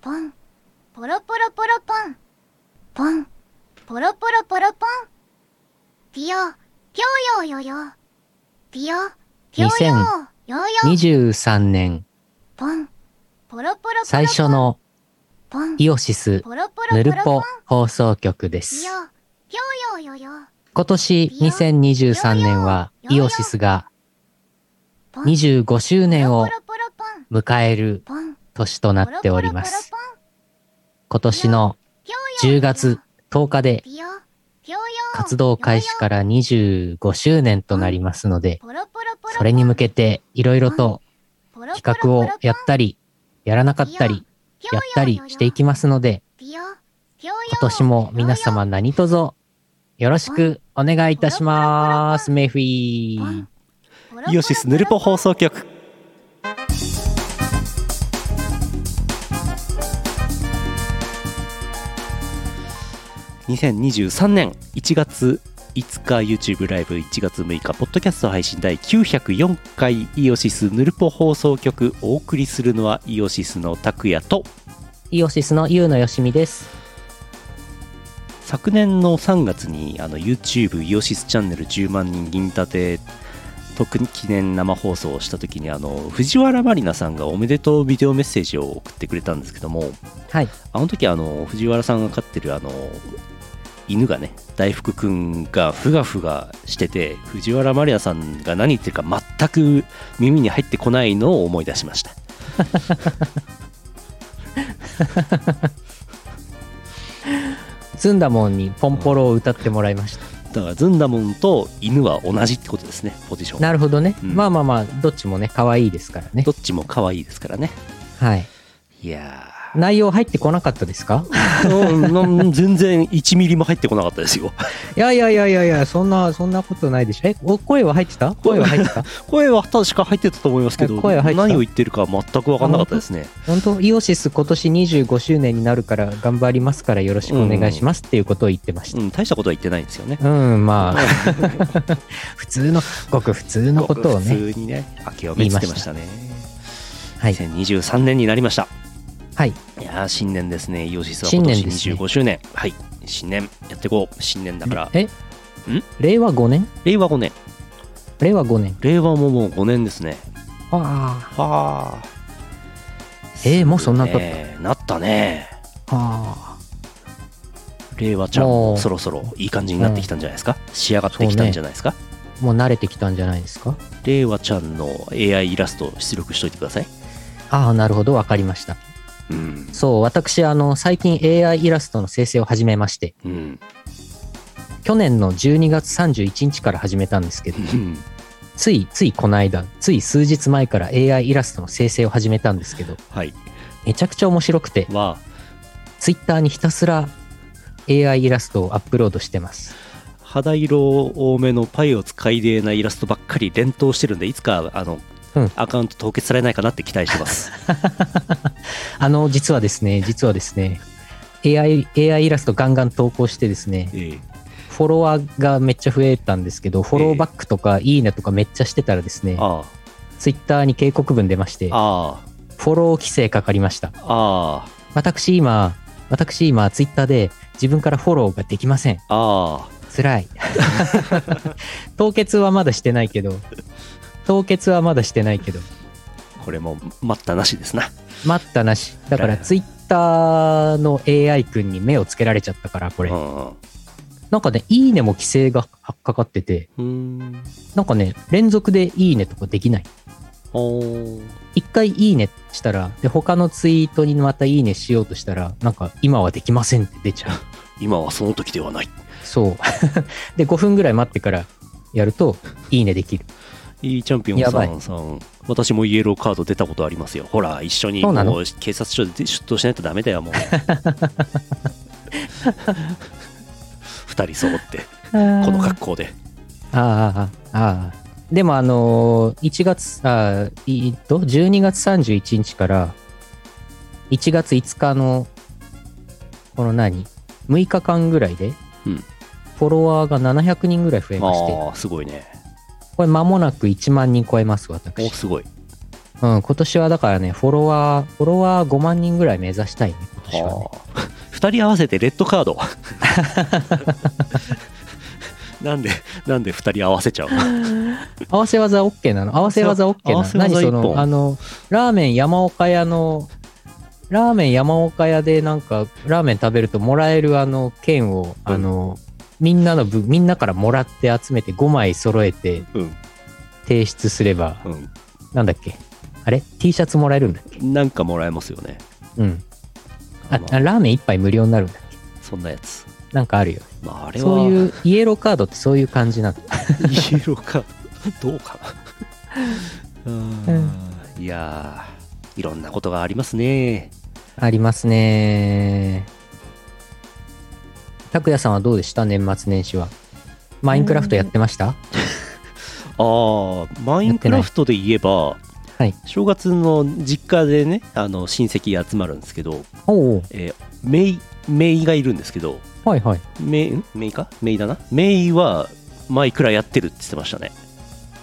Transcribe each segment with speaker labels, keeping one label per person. Speaker 1: ポンポロポロポロポンポンポロポロポロポンピヨピョヨヨヨピヨピョヨヨヨ
Speaker 2: 23年
Speaker 1: ポンポロポロポロポン
Speaker 2: 最初の
Speaker 1: ポン
Speaker 2: イオシス
Speaker 1: ポロポロ
Speaker 2: ヌ
Speaker 1: ポ
Speaker 2: ル
Speaker 1: ロポン
Speaker 2: ポ放送局で
Speaker 1: ピ
Speaker 2: す
Speaker 1: ヨ。ピョヨヨヨ
Speaker 2: 今年2023年はイオシスが
Speaker 1: ポン
Speaker 2: 25周年を
Speaker 1: ポロポロポロ
Speaker 2: 迎える
Speaker 1: ポンポン
Speaker 2: 年となっております。
Speaker 1: ポロポロポロポン
Speaker 2: 今年の
Speaker 1: ピヨヨヨヨ
Speaker 2: 10月10日で
Speaker 1: ピヨピョヨ
Speaker 2: 活動開始から25周年となりますので、
Speaker 1: ポロポロポロポン
Speaker 2: それに向けていろいろと
Speaker 1: ポロポロ
Speaker 2: 企
Speaker 1: ポ
Speaker 2: 画
Speaker 1: ロポン
Speaker 2: をやったり、やらなかったり、やったりしていきますので、
Speaker 1: 今
Speaker 2: 今年も皆様何卒よろしくお願いいたします。メイフィー。
Speaker 3: イオシスヌルポ放送局2023年1月5日 YouTube ライブ1月6日ポッドキャスト配信第904回イオシスヌルポ放送局お送りするのはイオシスの拓也と
Speaker 2: イオシスのゆうのよしみです。
Speaker 3: 昨年の3月にあの YouTube イオシスチャンネル10万人銀盾特に記念生放送をした時にあの藤原まりなさんがおめでとうビデオメッセージを送ってくれたんですけども
Speaker 2: はい。
Speaker 3: あの時あの藤原さんが飼ってるあの犬がね大福くんがふがふがしてて藤原まりなさんが何言ってるか全く耳に入ってこないのを思い出しました
Speaker 2: ズンダモンにポンポロを歌ってもらいました。
Speaker 3: だからずんだもんと犬は同じってことですねポジション
Speaker 2: なるほどね。
Speaker 3: うん
Speaker 2: まあまあまあ、どっちもね、可愛いですからね
Speaker 3: ど。っちも可愛いですからね
Speaker 2: はい。
Speaker 3: いやー
Speaker 2: 内容入ってこなかったですか
Speaker 3: うんうん全然1ミリも入ってこなかったです よ
Speaker 2: いやいやいやいやいや、そんな、そんなことないでしょ。え、お声は入ってた声は入ってた
Speaker 3: 声は確か入ってたと思いますけど
Speaker 2: あ声入ってた
Speaker 3: 何を言ってるか全く分かんなかったですね
Speaker 2: 本当イオシス今年25周年になるから頑張りますからよろしくお願いしますっていうことを言ってまし
Speaker 3: う
Speaker 2: た。
Speaker 3: ん大したことは言ってないんですよね
Speaker 2: うん、まあ、普通の、ごく普通のことをね。
Speaker 3: 普通にね明けおめつけましたね
Speaker 2: はい。
Speaker 3: 2023年になりました
Speaker 2: はい。
Speaker 3: いやー新年ですねイオシスは今年
Speaker 2: 新年ですね
Speaker 3: 25周年はい新年やっていこう新年だから
Speaker 2: え令和5年
Speaker 3: 令和5年
Speaker 2: 令和5年。
Speaker 3: 令和ももう5年ですね
Speaker 2: あ
Speaker 3: はあ
Speaker 2: えーもうそんな経った
Speaker 3: なったね
Speaker 2: あ。あ
Speaker 3: 令和ちゃん
Speaker 2: も
Speaker 3: も
Speaker 2: う
Speaker 3: そろそろいい感じになってきたんじゃないですか、仕上がってきたんじゃないですか、
Speaker 2: あ。もう慣れてきたんじゃないですか
Speaker 3: 令和ちゃんの AI イラスト出力しといてください
Speaker 2: ああ、なるほど。わかりました。
Speaker 3: うん
Speaker 2: そう、私、あの、最近 AI イラストの生成を始めまして、
Speaker 3: うん
Speaker 2: 去年の12月31日から始めたんですけど、つい、ついこの間、つい数日前から AI イラストの生成を始めたんですけど、
Speaker 3: はい
Speaker 2: めちゃくちゃ面白くて、
Speaker 3: は
Speaker 2: Twitter にひたすら AI イラストをアップロードしてます。
Speaker 3: 肌色多めのパイを使いでなイラストばっかり連投してるんでいつかあの、
Speaker 2: うん
Speaker 3: アカウント凍結されないかなって期待してます
Speaker 2: あの、実はですね、実はですね、AI、AI イラストガンガン投稿してですね、
Speaker 3: ええ
Speaker 2: フォロワーがめっちゃ増えたんですけど、フォローバックとかいいねとかめっちゃしてたらですね、
Speaker 3: あ
Speaker 2: Twitter に警告文出まして、
Speaker 3: ああ
Speaker 2: フォロー規制かかりました。
Speaker 3: ああ
Speaker 2: 私今、私今、ツイッターで自分からフォローができません。
Speaker 3: ああ
Speaker 2: 辛い。凍結はまだしてないけど、凍結はまだしてないけど、
Speaker 3: これも待ったなしですな
Speaker 2: 待ったなし。だから
Speaker 3: はい
Speaker 2: ツイッターの AI 君に目をつけられちゃったから、これ
Speaker 3: う。んうん
Speaker 2: なんかね、いいねも規制がかかってて、
Speaker 3: うん
Speaker 2: なんかね、連続でいいねとかできない。
Speaker 3: おー
Speaker 2: 一回いいねしたら、で、他のツイートにまたいいねしようとしたら、なんか今はできませんって出ちゃう。
Speaker 3: 今はその時ではない
Speaker 2: そう。 で、5分ぐらい待ってからやると、いいねできる。
Speaker 3: いいチャンピオン
Speaker 2: やば
Speaker 3: さ
Speaker 2: い
Speaker 3: んさん私もイエローカード出たことありますよほら一緒に
Speaker 2: そうなの
Speaker 3: もう警察署で出頭しないとダメ だよもう二人揃って
Speaker 2: こ
Speaker 3: この格好で
Speaker 2: ああ、ああ。でも、あのー、1月、あーいいと、12月31日から、1月5日の、この何 ?6 日間ぐらいで、
Speaker 3: うん
Speaker 2: フォロワーが700人ぐらい増えまして、
Speaker 3: ああすごいね
Speaker 2: これ間もなく1万人超えます、私
Speaker 3: お。すごい
Speaker 2: うん、今年はだからね、フォロワー、フォロワー5万人ぐらい目指したいね、今年は ね。
Speaker 3: はあ、2人合わせてレッドカード なんでなんで2人合わせちゃうの
Speaker 2: 合わせ技 OK なの合わせ技 OK な
Speaker 3: 合
Speaker 2: の
Speaker 3: わせ技
Speaker 2: 何そ
Speaker 3: 一本
Speaker 2: の、あの、ラーメン山岡屋の、ラーメン山岡屋でなんか、ラーメン食べるともらえるあの、券を、
Speaker 3: うん
Speaker 2: あの、みんなの分、みんなからもらって集めて5枚揃えて
Speaker 3: うん
Speaker 2: 提出すれば、なんだっけあれ ?T シャツもらえるんだっけ
Speaker 3: うんなんかもらえますよね
Speaker 2: うん。あ、
Speaker 3: まあ
Speaker 2: あラーメン1杯無料になるんだっけ
Speaker 3: そんなやつ
Speaker 2: なんかあるよね。
Speaker 3: まああれは
Speaker 2: そう
Speaker 3: う
Speaker 2: いう、イエローカードってそういう感じなんだ。
Speaker 3: イエローカードどう かなうーんいやーいろんなことがありますね
Speaker 2: ありますね。拓也さんはどうでした年末年始は。マインクラフトやってました
Speaker 3: あーマインクラフトで言えば、
Speaker 2: はい
Speaker 3: 正月の実家でねあの親戚集まるんですけど、
Speaker 2: おお
Speaker 3: えー、メイメイがいるんですけど
Speaker 2: はいはい。
Speaker 3: メイんメイかメイだなメイはマイクラやってるって言ってましたね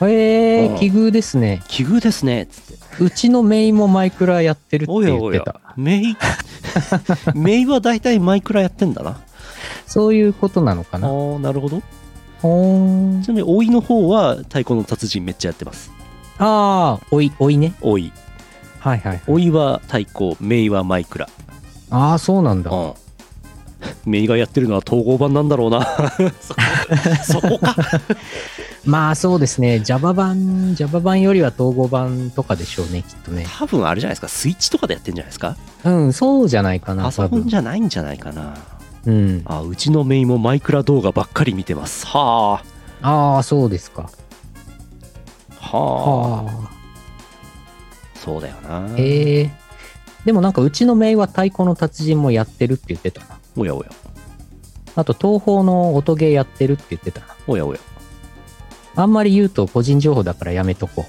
Speaker 2: え
Speaker 3: うん
Speaker 2: ー、奇遇ですね。
Speaker 3: 奇遇ですねっつって
Speaker 2: うちのメインもマイクラやってるって
Speaker 3: おや
Speaker 2: 言っ
Speaker 3: お
Speaker 2: て
Speaker 3: や
Speaker 2: た。
Speaker 3: メイ メイは大体マイクラやってんだな
Speaker 2: そういうことなのか
Speaker 3: あ
Speaker 2: な。
Speaker 3: ーなるほど
Speaker 2: ほー
Speaker 3: ちなみに老いの方は太鼓の達人めっちゃやってます
Speaker 2: ああ、おい、おいね。
Speaker 3: 老い
Speaker 2: はいはい。
Speaker 3: 老いは太鼓メイはマイクラ
Speaker 2: ああ、そうなんだ。
Speaker 3: うん メイがやってるのは統合版なんだろうな そこそこか
Speaker 2: まあそうですね。Java 版、Java 版よりは統合版とかでしょうね、きっとね。
Speaker 3: 多分あれじゃないですかスイッチとかでやってんじゃないですか
Speaker 2: うん、そうじゃないかな、
Speaker 3: パソ
Speaker 2: 多
Speaker 3: コン
Speaker 2: 分。
Speaker 3: じゃないんじゃないかな
Speaker 2: うん。
Speaker 3: あうちのメイもマイクラ動画ばっかり見てますはあ
Speaker 2: ああ、そうですか。
Speaker 3: はあ
Speaker 2: ああ。
Speaker 3: そうだよな
Speaker 2: へえでもなんかうちのメイは太鼓の達人もやってるって言ってたな。
Speaker 3: おやおや
Speaker 2: あと東宝の音ゲーやってるって言ってたな。
Speaker 3: おやおや
Speaker 2: あんまり言うと個人情報だからやめとこ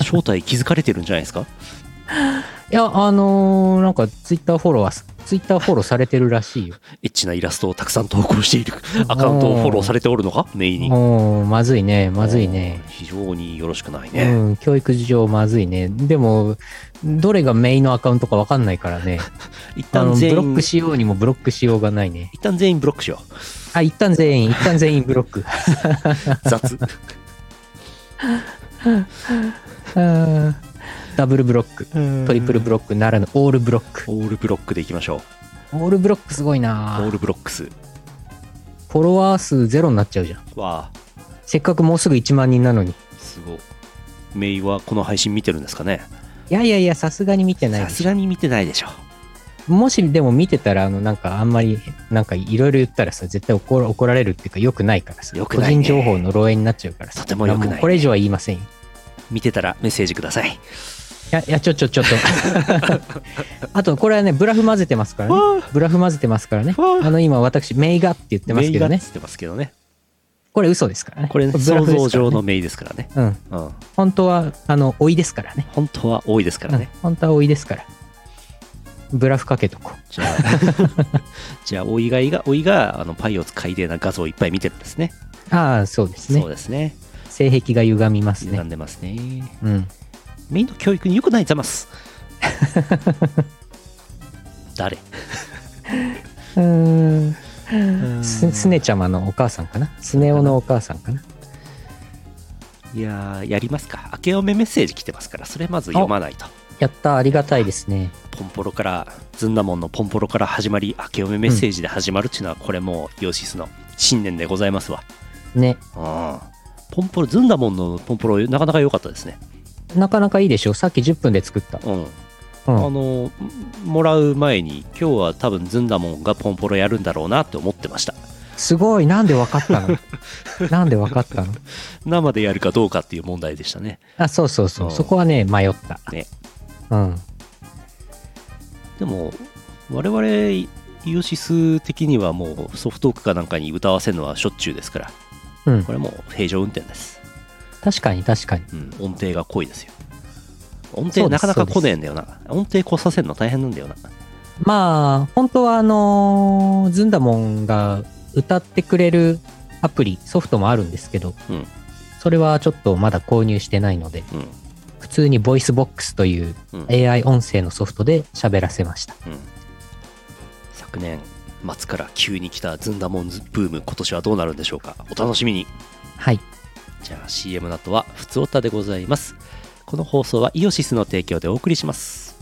Speaker 2: う。
Speaker 3: 正体気づかれてるんじゃないですか
Speaker 2: いや、あのーなんかツイッターフォロワー、ツイッターフォローされてるらしいよ。
Speaker 3: エッチなイラストをたくさん投稿してい るアカウントをフォローされておるのかメイに
Speaker 2: おーまずいね、まずいね
Speaker 3: う。ん非常によろしくないうね
Speaker 2: ん、教育事情まずいね。でも、どれがメイのアカウントかわかんないからね。
Speaker 3: 一
Speaker 2: あ
Speaker 3: 旦
Speaker 2: の、ブ
Speaker 3: 全
Speaker 2: ロッ
Speaker 3: 員
Speaker 2: クしようにもブロックしようがないね。
Speaker 3: 一旦全員ブロックしよ
Speaker 2: あ、一旦全員、一旦全員ブロッ ク。
Speaker 3: う雑
Speaker 2: うんダブルブロック。ト
Speaker 3: ト
Speaker 2: リプルブロックならぬオールブロック。
Speaker 3: オールブロックでいきましょう
Speaker 2: オールブロックすごい
Speaker 3: オ
Speaker 2: な
Speaker 3: ールブロックス
Speaker 2: フォロワー数ゼロになっちゃうじゃん。
Speaker 3: は
Speaker 2: せっかくもうすぐ1万人なのに。
Speaker 3: すごいメイはこの配信見てるんですかね
Speaker 2: いやいやいや、さすがに見てない
Speaker 3: さ
Speaker 2: ですし
Speaker 3: がに見てないでしょ
Speaker 2: ょ。もしでも見てたら、あの、なんかあんまり、なんかいろいろ言ったらさ、絶対怒ら怒られるっていうか、良くないからさ、
Speaker 3: 良く
Speaker 2: 個
Speaker 3: ないね
Speaker 2: 人情報の漏洩になっちゃうからさ、
Speaker 3: とても良くないね
Speaker 2: うこれ以上は言いませんよ。
Speaker 3: 見てたらメッセージください
Speaker 2: いや、いや、ちょ、ちょ、ちょっと。 あと、これはね、ブラフ混ぜてますからね。ブラフ混ぜてますからね。
Speaker 3: わあ
Speaker 2: あの、今私、メイがって言ってますけど
Speaker 3: メ
Speaker 2: ね
Speaker 3: イがっ。つってますけどね
Speaker 2: これ嘘ですからね。
Speaker 3: これ、ね、
Speaker 2: ブラ
Speaker 3: 想
Speaker 2: フですからね
Speaker 3: 像上の。メイですからね
Speaker 2: うん。
Speaker 3: うん
Speaker 2: 本当は、あの、老いですからね。
Speaker 3: 本当は多いですからね、
Speaker 2: うん本当は老いですから。ブラフかけとこう。
Speaker 3: じ ゃあじゃあおいがいがおいがあのパイオツ海底な画像をいっぱい見てるんですね
Speaker 2: ああ、そうです
Speaker 3: そ
Speaker 2: ね。
Speaker 3: うですね
Speaker 2: 性癖が歪みます
Speaker 3: 歪
Speaker 2: ね
Speaker 3: ん。でますね
Speaker 2: うん。
Speaker 3: メイの教育に良くないざます 誰
Speaker 2: うーん
Speaker 3: う
Speaker 2: す
Speaker 3: ん
Speaker 2: すねちゃまのお母さんかなすねおのお母さんかない
Speaker 3: やーやりますか明けおめメッセージ来てますからそれまず読まないと
Speaker 2: やったありがたいですね
Speaker 3: ポンポロからずんだもんのポンポロから始まり明けおめメッセージで始まるっていうのはこれもうヨシスの信念でございますわ
Speaker 2: ね
Speaker 3: うんポンポロずんだもんのポンポロなかなか良かったですね
Speaker 2: なかなかいいでしょさっき10分で作った、
Speaker 3: うん
Speaker 2: う
Speaker 3: あ
Speaker 2: ん、
Speaker 3: のもらう前に今日は多分ずんだもんがポンポロやるんだろうなって思ってました
Speaker 2: すごいなんでわかったの なんでわかったの
Speaker 3: 生でやるかどうかっていう問題でしたね
Speaker 2: あそうそうそううんそこはね迷った
Speaker 3: ね
Speaker 2: うん
Speaker 3: でも我々イオシス的にはもうソフトオークかなんかに歌わせるのはしょっちゅうですから
Speaker 2: うん
Speaker 3: これはもう平常運転です、
Speaker 2: 確かに確かに
Speaker 3: うん、音程が濃いですよ音
Speaker 2: そ
Speaker 3: 程
Speaker 2: うで
Speaker 3: な
Speaker 2: す
Speaker 3: かなか来ねえんだよな音程来させるの大変なんだよな
Speaker 2: まあ本当はあのーずんだもんが歌ってくれるアプリソフトもあるんですけど、
Speaker 3: うん
Speaker 2: それはちょっとまだ購入してないので
Speaker 3: うん
Speaker 2: 不普通にボイスボックスという
Speaker 3: うん
Speaker 2: AI 音声のソフトで喋らせました。
Speaker 3: うん昨年末から急に来たずんだもんズブーム今年はどうなるんでしょうかお楽しみに
Speaker 2: はい。
Speaker 3: じゃあ CM の後は「ふつおた」でございますこの放送はイオシスの提供でお送りします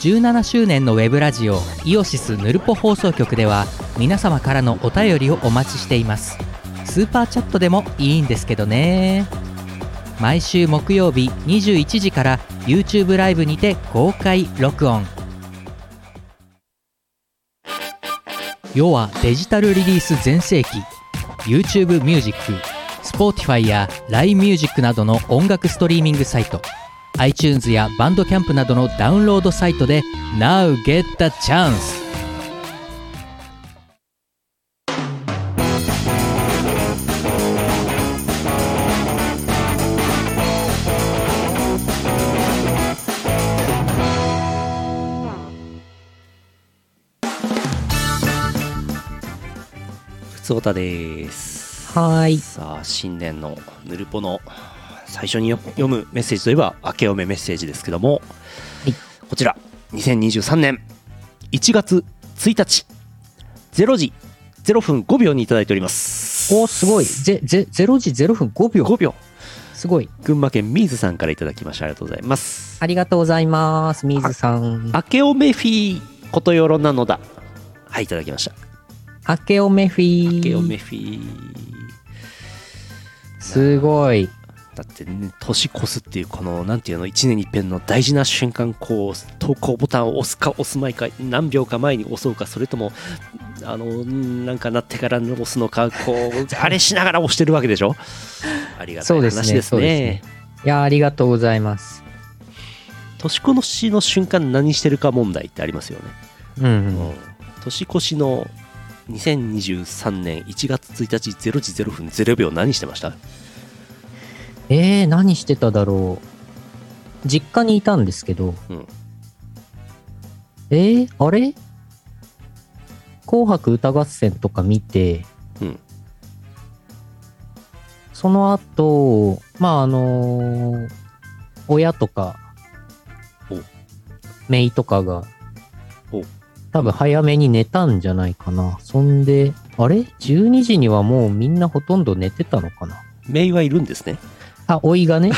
Speaker 4: 17周年のウェブラジオイオシスヌルポ放送局では皆様からのお便りをお待ちしていますスーパーチャットでもいいんですけどね毎週木曜日21時から YouTube ライブにて公開録音世はデジタルリリース全盛期 YouTube ミュージック Spotify や LINE ミュージックなどの音楽ストリーミングサイト iTunes やバンドキャンプなどのダウンロードサイトで Now get the chance!
Speaker 3: ふつおたです
Speaker 2: はーい。
Speaker 3: さあ新年のぬるぽの最初によ読むメッセージといえば明けおめメッセージですけども、
Speaker 2: い
Speaker 3: こちら2023年1月1日0時0分5秒にいただいております
Speaker 2: お、すごい。ぜ、ぜ、0時0分5秒。
Speaker 3: 5秒
Speaker 2: すごい。
Speaker 3: 群馬県ミーズさんからいただきましたありがとうございます
Speaker 2: ありがとうございます。水さん。
Speaker 3: 明けおめフィーことよろなのだはいいただきました
Speaker 2: 明けおめフィー。
Speaker 3: 明けおめフィー
Speaker 2: すごい。
Speaker 3: だって、ね、年越すっていうこのなんていうの1年に一遍の大事な瞬間こう投稿ボタンを押すか押すまいか何秒か前に押そうかそれともあのんなんかなってから押すのかこうあれしながら押してるわけでしょありがた
Speaker 2: そ
Speaker 3: いう
Speaker 2: ですね
Speaker 3: 話です
Speaker 2: そう
Speaker 3: ね
Speaker 2: ですいや、ありがとうございます。
Speaker 3: 年越しの瞬間何してるか問題ってありますよね、
Speaker 2: うんうん。
Speaker 3: うん年越しの2023年1月1日0時0分0秒何してました
Speaker 2: えー、何してただろう。実家にいたんですけど。
Speaker 3: うん
Speaker 2: えー、あれ紅白歌合戦とか見て、
Speaker 3: うん
Speaker 2: その後、まあ、あのー親とか
Speaker 3: お、
Speaker 2: 姪とかが
Speaker 3: お、
Speaker 2: 多分早めに寝たんじゃないかな。そんで、あれ ?12 時にはもうみんなほとんど寝てたのかな
Speaker 3: メイはいるんですね
Speaker 2: あ、老いが ね。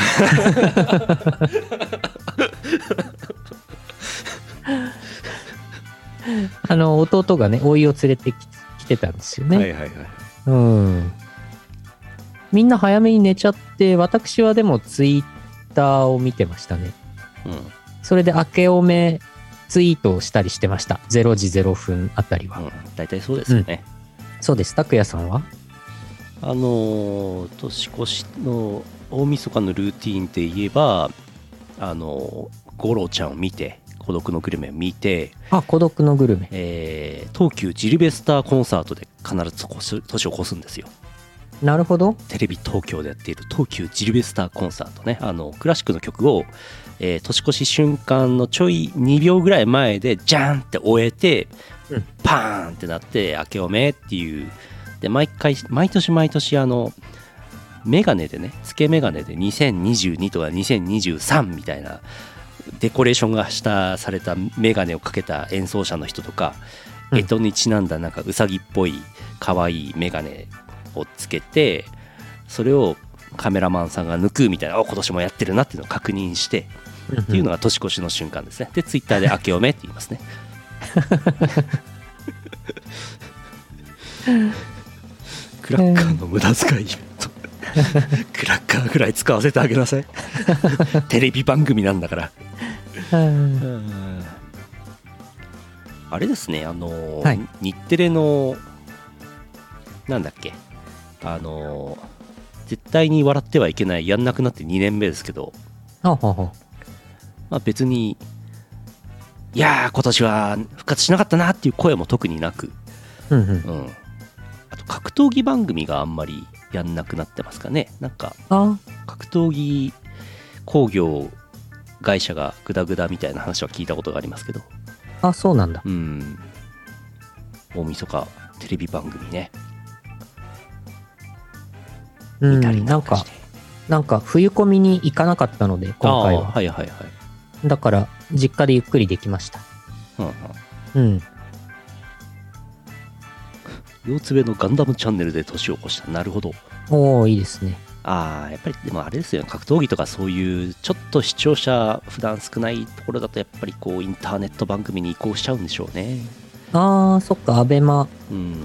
Speaker 2: あの、弟がね、老いを連れてき来てたんですよね。
Speaker 3: はいはい
Speaker 2: うん。みんな早めに寝ちゃって、私はでもツイッターを見てましたね。
Speaker 3: うん
Speaker 2: それで明けおめツイートをしたりしてました。0時0分あたりは。
Speaker 3: うん、大体そうですよね、
Speaker 2: そうです。拓也さんは
Speaker 3: あのー年越しの大晦日のルーティーンで言えば、あのーゴロちゃんを見て、孤独のグルメを見て、
Speaker 2: あ、孤独のグルメ。
Speaker 3: えー東急ジルベスターコンサートで必ず越す年を越すんですよ。
Speaker 2: なるほど。
Speaker 3: テレビ東京でやっている東急ジルベスターコンサートね、あのクラシックの曲を、えー年越し瞬間のちょい2秒ぐらい前で、ジャーンって終えて、
Speaker 2: うん
Speaker 3: パーンってなって、明けおめっていう、で毎回、毎年毎年、あの、メガネでね、つけメガネで2022とか2023みたいなデコレーションがしたされたメガネをかけた演奏者の人とか、
Speaker 2: うん
Speaker 3: 干支にちなんだなんかうさぎっぽい可愛いメガネをつけて、それをカメラマンさんが抜くみたいな、あ今年もやってるなっていうのを確認して、っていうのが年越しの瞬間ですね。で、ツイッターで明けおめって言いますね。クラッカーの無駄遣いイベントクラッカーぐらい使わせてあげなさいテレビ番組なんだから
Speaker 2: うん
Speaker 3: あれですねあの、
Speaker 2: はい
Speaker 3: 日テレのなんだっけあの絶対に笑ってはいけないやんなくなって2年目ですけど、
Speaker 2: あほうほう
Speaker 3: まあ、別にいやー今年は復活しなかったなっていう声も特になく、
Speaker 2: うんうん
Speaker 3: うん、あと格闘技番組があんまりやんなくなってますかねなんか
Speaker 2: あ、
Speaker 3: 格闘技工業会社がグダグダみたいな話は聞いたことがありますけど
Speaker 2: あ、そうなんだ。
Speaker 3: うん大晦日テレビ番組ね
Speaker 2: うん、
Speaker 3: 見たり
Speaker 2: な
Speaker 3: なんんか
Speaker 2: か
Speaker 3: して、
Speaker 2: なんか冬込みに行かなかったので、今回
Speaker 3: あー
Speaker 2: は。
Speaker 3: はいはいはい、
Speaker 2: だから、実家でゆっくりできました。
Speaker 3: うんうん
Speaker 2: うん。
Speaker 3: 腰つべのガンダムチャンネルで年を越したなるほど
Speaker 2: おー、いいですね。
Speaker 3: ああやっぱりでもあれですよね格闘技とかそういうちょっと視聴者普段少ないところだとやっぱりこうインターネット番組に移行しちゃうんでしょうね
Speaker 2: あー、そっか、アベマ。
Speaker 3: うん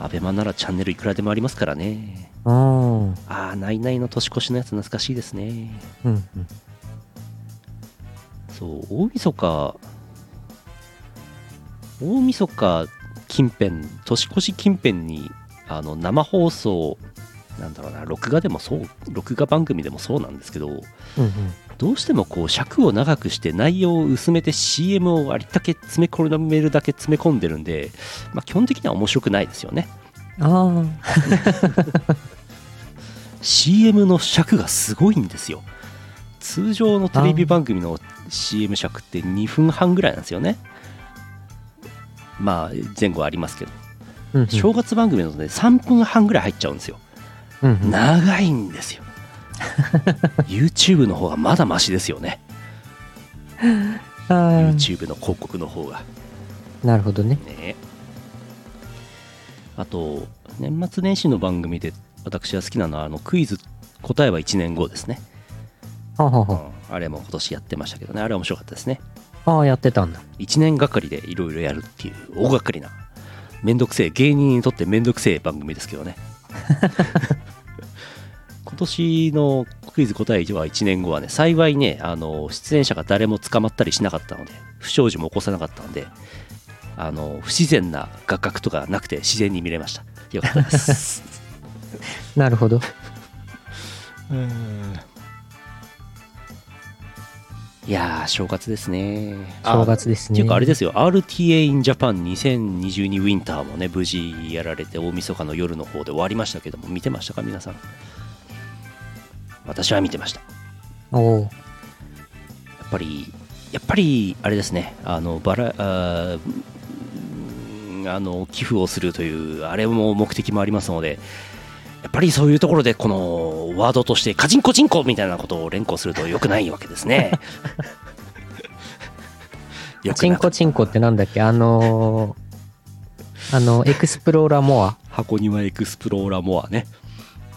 Speaker 3: アベマならチャンネルいくらでもありますからね
Speaker 2: あー。
Speaker 3: ああないないの年越しのやつ懐かしいですね
Speaker 2: うん、うん。
Speaker 3: そう大晦日大晦日近辺年越し近辺にあの生放送なんだろうな録画でもそう録画番組でもそうなんですけど
Speaker 2: うん、うん。
Speaker 3: どうしてもこう尺を長くして内容を薄めて CM をありったけ詰め込めるだけ詰め込んでるんで、まあ、基本的には面白くないですよね
Speaker 2: あー。
Speaker 3: CM の尺がすごいんですよ通常のテレビ番組の CM 尺って2分半ぐらいなんですよねまあ前後ありますけど
Speaker 2: うん、うん。
Speaker 3: 正月番組のね3分半ぐらい入っちゃうんですよ
Speaker 2: うんうん
Speaker 3: 長いんです よ YouTube の方がまだマシですよね
Speaker 2: あー
Speaker 3: YouTube の広告の方が
Speaker 2: なるほどね。
Speaker 3: ねあと年末年始の番組で私が好きなのはあのクイズ答えは1年後ですね、
Speaker 2: はあはあは
Speaker 3: うんあれも今年やってましたけどねあれ面白かったですね
Speaker 2: あ。あー、やってたんだ。
Speaker 3: 1年がかりでいろいろやるっていう大掛かりなめんどくせえ芸人にとってめんどくせえ番組です けどね今年のクイズ答えは1年後はね幸いねあの出演者が誰も捕まったりしなかったので不祥事も起こさなかったのであの不自然な画角とかなくて自然に見れましたよかったです
Speaker 2: なるほど。
Speaker 3: いやー正月ですねあ
Speaker 2: 正月です
Speaker 3: っ
Speaker 2: ね。
Speaker 3: ていうかあれですよ RTA in Japan 2022 Winter もね無事やられて大晦日の夜の方で終わりましたけども見てましたか皆さん私は見てました
Speaker 2: おー。
Speaker 3: やっぱりやっぱりあれですねあのバラあーうんあの寄付をするというあれも目的もありますのでやっぱりそういうところでこのワードとしてカチンコチンコみたいなことを連呼すると良くないわけで すねよ
Speaker 2: チンコチンコってなんだっけあのー、あの、エクスプローラーモア。
Speaker 3: 箱庭エクスプローラーモアね、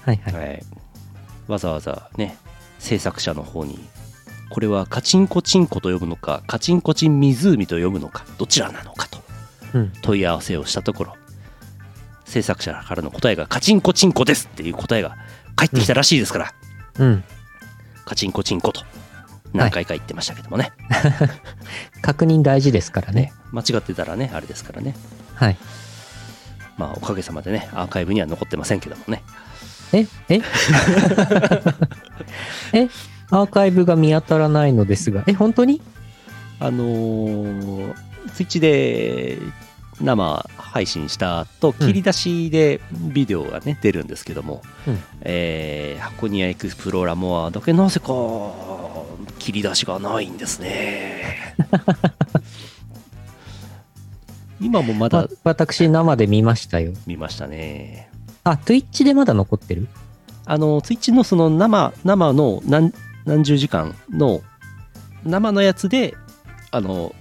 Speaker 2: はいはい。
Speaker 3: はい、わざわざね制作者の方にこれはカチンコチンコと呼ぶのかカチンコチン湖と呼ぶのかどちらなのかと
Speaker 2: うん。
Speaker 3: 問い合わせをしたところ制作者からの答えがカチンコチンコですっていう答えが返ってきたらしいですから、
Speaker 2: うん。
Speaker 3: カチンコチンコと何回か言ってましたけどもね、
Speaker 2: 確認大事ですからね。
Speaker 3: 間違ってたらねあれですからね
Speaker 2: はい。
Speaker 3: まあおかげさまでねアーカイブには残ってませんけどもね
Speaker 2: ええ えアーカイブが見当たらないのですが。え、本当に
Speaker 3: あのー、ツイッチで生配信した後切り出しでビデオがね、出るんですけども、
Speaker 2: うん
Speaker 3: えー箱庭エクスプローラーモアだけなぜか切り出しがないんですね今もまだ
Speaker 2: わ私生で見ましたよ。
Speaker 3: 見ましたね
Speaker 2: あ、Twitch でまだ残ってる
Speaker 3: あのツイッチのその生生の何何十時間の生のやつであの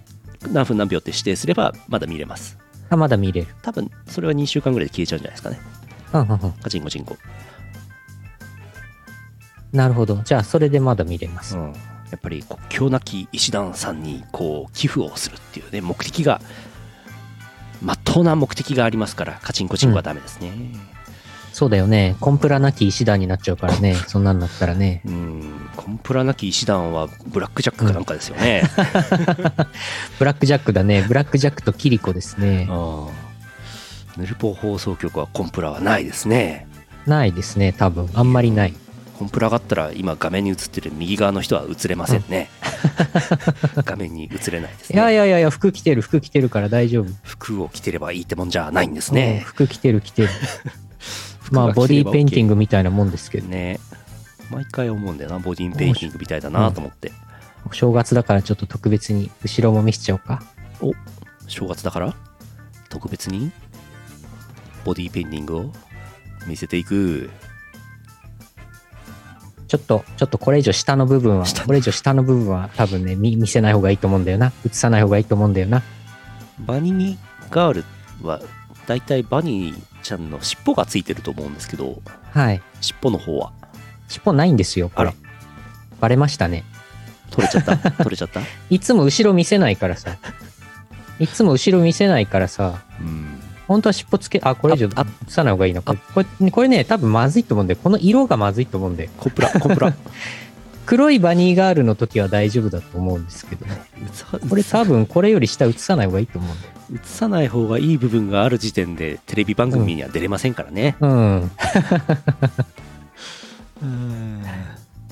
Speaker 3: 何分何秒って指定すればまだ見れます
Speaker 2: あ、まだ見れる。
Speaker 3: 多分それは2週間ぐらいで消えちゃうんじゃないですかね
Speaker 2: うんうんうん。
Speaker 3: カチンコチンコ、
Speaker 2: なるほど。じゃあ、それでまだ見れます。
Speaker 3: やっぱり国境なき医師団さんにこう寄付をするっていうね目的がまっとうな目的がありますからカチンコチンコはダメですね
Speaker 2: そうだよね。コンプラなき石段になっちゃうからね。そんなんなったらね。
Speaker 3: うんコンプラなき医師団はブラックジャックかなんかですよね、
Speaker 2: ブラックジャックだね。ブラックジャックとキリコですね。
Speaker 3: うんヌルポ放送局はコンプラはないですね
Speaker 2: ないですね、多分。あんまりない。
Speaker 3: コンプラがあったら今画面に映ってる右側の人は映れません ね、画面に映れないです
Speaker 2: い
Speaker 3: ね
Speaker 2: やいやいやいや、服着てる、服着てるから大丈夫。
Speaker 3: 服を着てればいいってもんじゃないんで
Speaker 2: う
Speaker 3: す
Speaker 2: ん
Speaker 3: ね、
Speaker 2: 服着てる着てる。まあ、
Speaker 3: 服
Speaker 2: ボ
Speaker 3: が着
Speaker 2: デ
Speaker 3: て
Speaker 2: ィ
Speaker 3: れ
Speaker 2: ー
Speaker 3: ば
Speaker 2: ペインティン
Speaker 3: OK
Speaker 2: グみたいなもんですけど、
Speaker 3: ね毎回思うんだよなボディーペインティングみたいだなと思って、
Speaker 2: お正月だからちょっと特別に後ろも見せちゃおうか。
Speaker 3: 正月だから特別にボディーペインティングを見せていく
Speaker 2: ちょっと、ちょっとこれ以上下の部分は
Speaker 3: 下、
Speaker 2: これ以上下の部分は多分ね、見見せない方がいいと思うんだよな。映さない方がいいと思うんだよな。
Speaker 3: バニーガールはだいたいバニーちゃんの尻尾がついてると思うんですけど
Speaker 2: はい。
Speaker 3: 尻尾の方は
Speaker 2: 尻尾ないんですよ、こ
Speaker 3: あ
Speaker 2: れ
Speaker 3: ら。
Speaker 2: バレましたね。
Speaker 3: 取れちゃった 取れちゃった
Speaker 2: いつも後ろ見せないからさ。いつも後ろ見せないからさ。
Speaker 3: うん
Speaker 2: 本当は尻尾つけ、あ、これ以上
Speaker 3: ああ
Speaker 2: 映さない方がいいのか。これこれね、多分まずいと思うんだよ。この色がまずいと思うんで。
Speaker 3: コンプラコンプ ラう
Speaker 2: 黒いバニーガールの時は大丈夫だと思うんですけどね。
Speaker 3: つ
Speaker 2: これ多分これより下映さない方がいいと思うんだよ。
Speaker 3: 映さない方がいい部分がある時点でテレビ番組には出れませんからね、
Speaker 2: うん。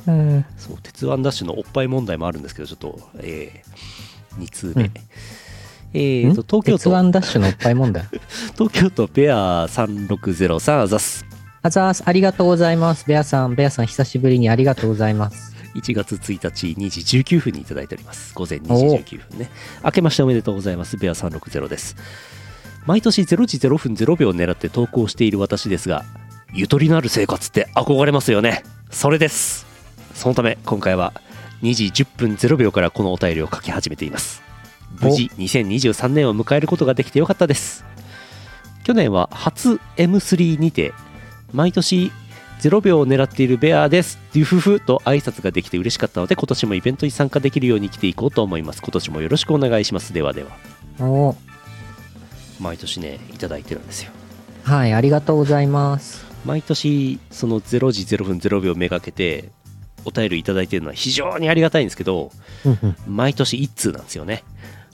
Speaker 2: うん。
Speaker 3: そう「鉄腕ダッシュ」のおっぱい問題もあるんですけどちょっと、え2通目、
Speaker 2: うん
Speaker 3: えーと東京
Speaker 2: 鉄
Speaker 3: 都
Speaker 2: 腕ダッシュのおっぱい問 題。
Speaker 3: 東京都ペア3603あざっす
Speaker 2: あざーす、ありがとうございます。ベアさん、ベアさん、久しぶりにありがとうございます。
Speaker 3: 1月1日2時19分にいただいております午前2時19分ね明けましておめでとうございますベア360です毎年0時0分0秒を狙って投稿している私ですがゆとりのある生活って憧れますよねそれですそのため今回は2時10分0秒からこのお便りを書き始めています無事2023年を迎えることができてよかったです去年は初 M3 にて毎年0秒を狙っているベアですデュフフと挨拶ができて嬉しかったので今年もイベントに参加できるように生きていこうと思います今年もよろしくお願いしますではでは
Speaker 2: お
Speaker 3: 毎年ねいただいてるんですよ
Speaker 2: はい、ありがとうございます。
Speaker 3: 毎年その0時0分0秒めがけてお便りいただいてるのは非常にありがたいんですけど
Speaker 2: うんうん
Speaker 3: 毎年1通なんですよね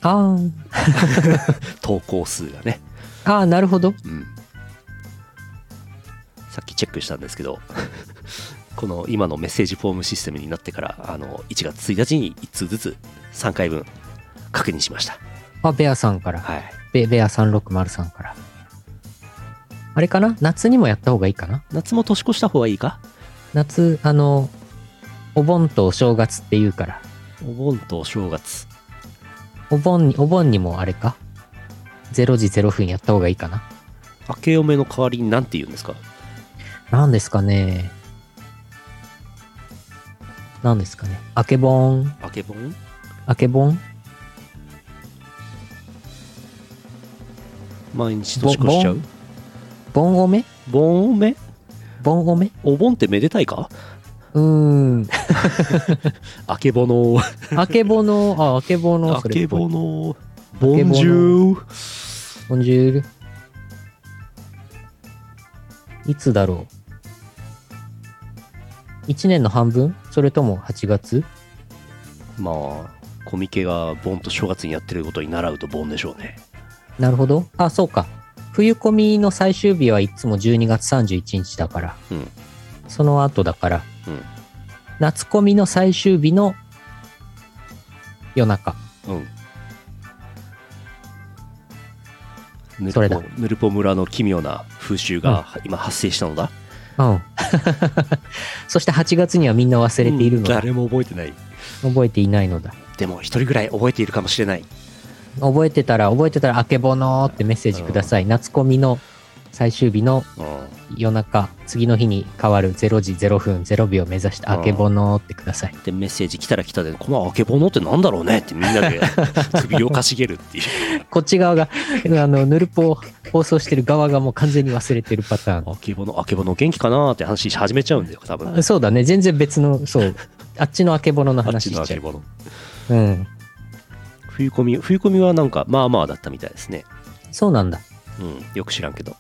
Speaker 2: あー
Speaker 3: 投稿数がね
Speaker 2: あー、なるほど。
Speaker 3: うんさっきチェックしたんですけど この今のメッセージフォームシステムになってからあの1月1日に1通ずつ3回分確認しました
Speaker 2: あ、ベアさんから。
Speaker 3: はい
Speaker 2: ベベア360さんから。あれかな夏にもやった方がいいかな
Speaker 3: 夏も年越した方がいいか
Speaker 2: 夏、あの、お盆とお正月って言うから。
Speaker 3: お盆とお正月
Speaker 2: お盆に、お盆にもあれか ?0 時0分やった方がいいかな
Speaker 3: 明けおめの代わりに何て言うんですか
Speaker 2: なんですかねなんですかねあけぼん、
Speaker 3: 明け盆
Speaker 2: あけぼん
Speaker 3: 毎日年越しちゃう
Speaker 2: ぼんおめ
Speaker 3: 盆おめ
Speaker 2: ぼんおめ
Speaker 3: お盆ってめでたいか
Speaker 2: うー ん。
Speaker 3: 明けぼの
Speaker 2: あけぼの、あ、あけぼの、
Speaker 3: 明
Speaker 2: それ
Speaker 3: け
Speaker 2: っぽい
Speaker 3: ぼ。の
Speaker 2: ぼの
Speaker 3: ボンジュール
Speaker 2: ボンジュール。いつだろう ?1 年の半分それとも8月
Speaker 3: まあコミケが盆と正月にやってることに習うと盆でしょうね
Speaker 2: なるほど。あ、そうか。冬コミの最終日はいつも12月31日だから。
Speaker 3: うん
Speaker 2: その後だから。
Speaker 3: うん
Speaker 2: 夏コミの最終日の夜中。
Speaker 3: うんヌルポ
Speaker 2: それだ
Speaker 3: ヌルポ村の奇妙な風習が今発生したのだ、
Speaker 2: うん。 そして8月にはみんな忘れているのだ。
Speaker 3: 誰も覚えてない
Speaker 2: 覚えていないのだ。
Speaker 3: でも一人ぐらい覚えているかもしれない
Speaker 2: 覚えてたら、覚えてたら、あけぼのーってメッセージください。夏コミの最終日の
Speaker 3: うん
Speaker 2: 夜中、次の日に変わる0時0分0秒を目指して、
Speaker 3: うん
Speaker 2: あけぼのーってください。
Speaker 3: でメッセージ来たら来たでこのあけぼのってなんだろうねってみん なで首をかしげるっていう
Speaker 2: こっち側が、 あの、ヌルポを放送してる側がもう完全に忘れてるパターン。
Speaker 3: あけぼのあけぼの元気かなって話し始めちゃうんだよ多分
Speaker 2: そうだね、全然別の、そう、あっちのあけぼのの
Speaker 3: あっ
Speaker 2: 話
Speaker 3: ちの
Speaker 2: し
Speaker 3: あ
Speaker 2: ち
Speaker 3: け
Speaker 2: ゃう。
Speaker 3: ぼの
Speaker 2: うん。
Speaker 3: 冬コミ冬コミはなんかまあまあだったみたいですね
Speaker 2: そうなんだ。
Speaker 3: うんよく知らんけど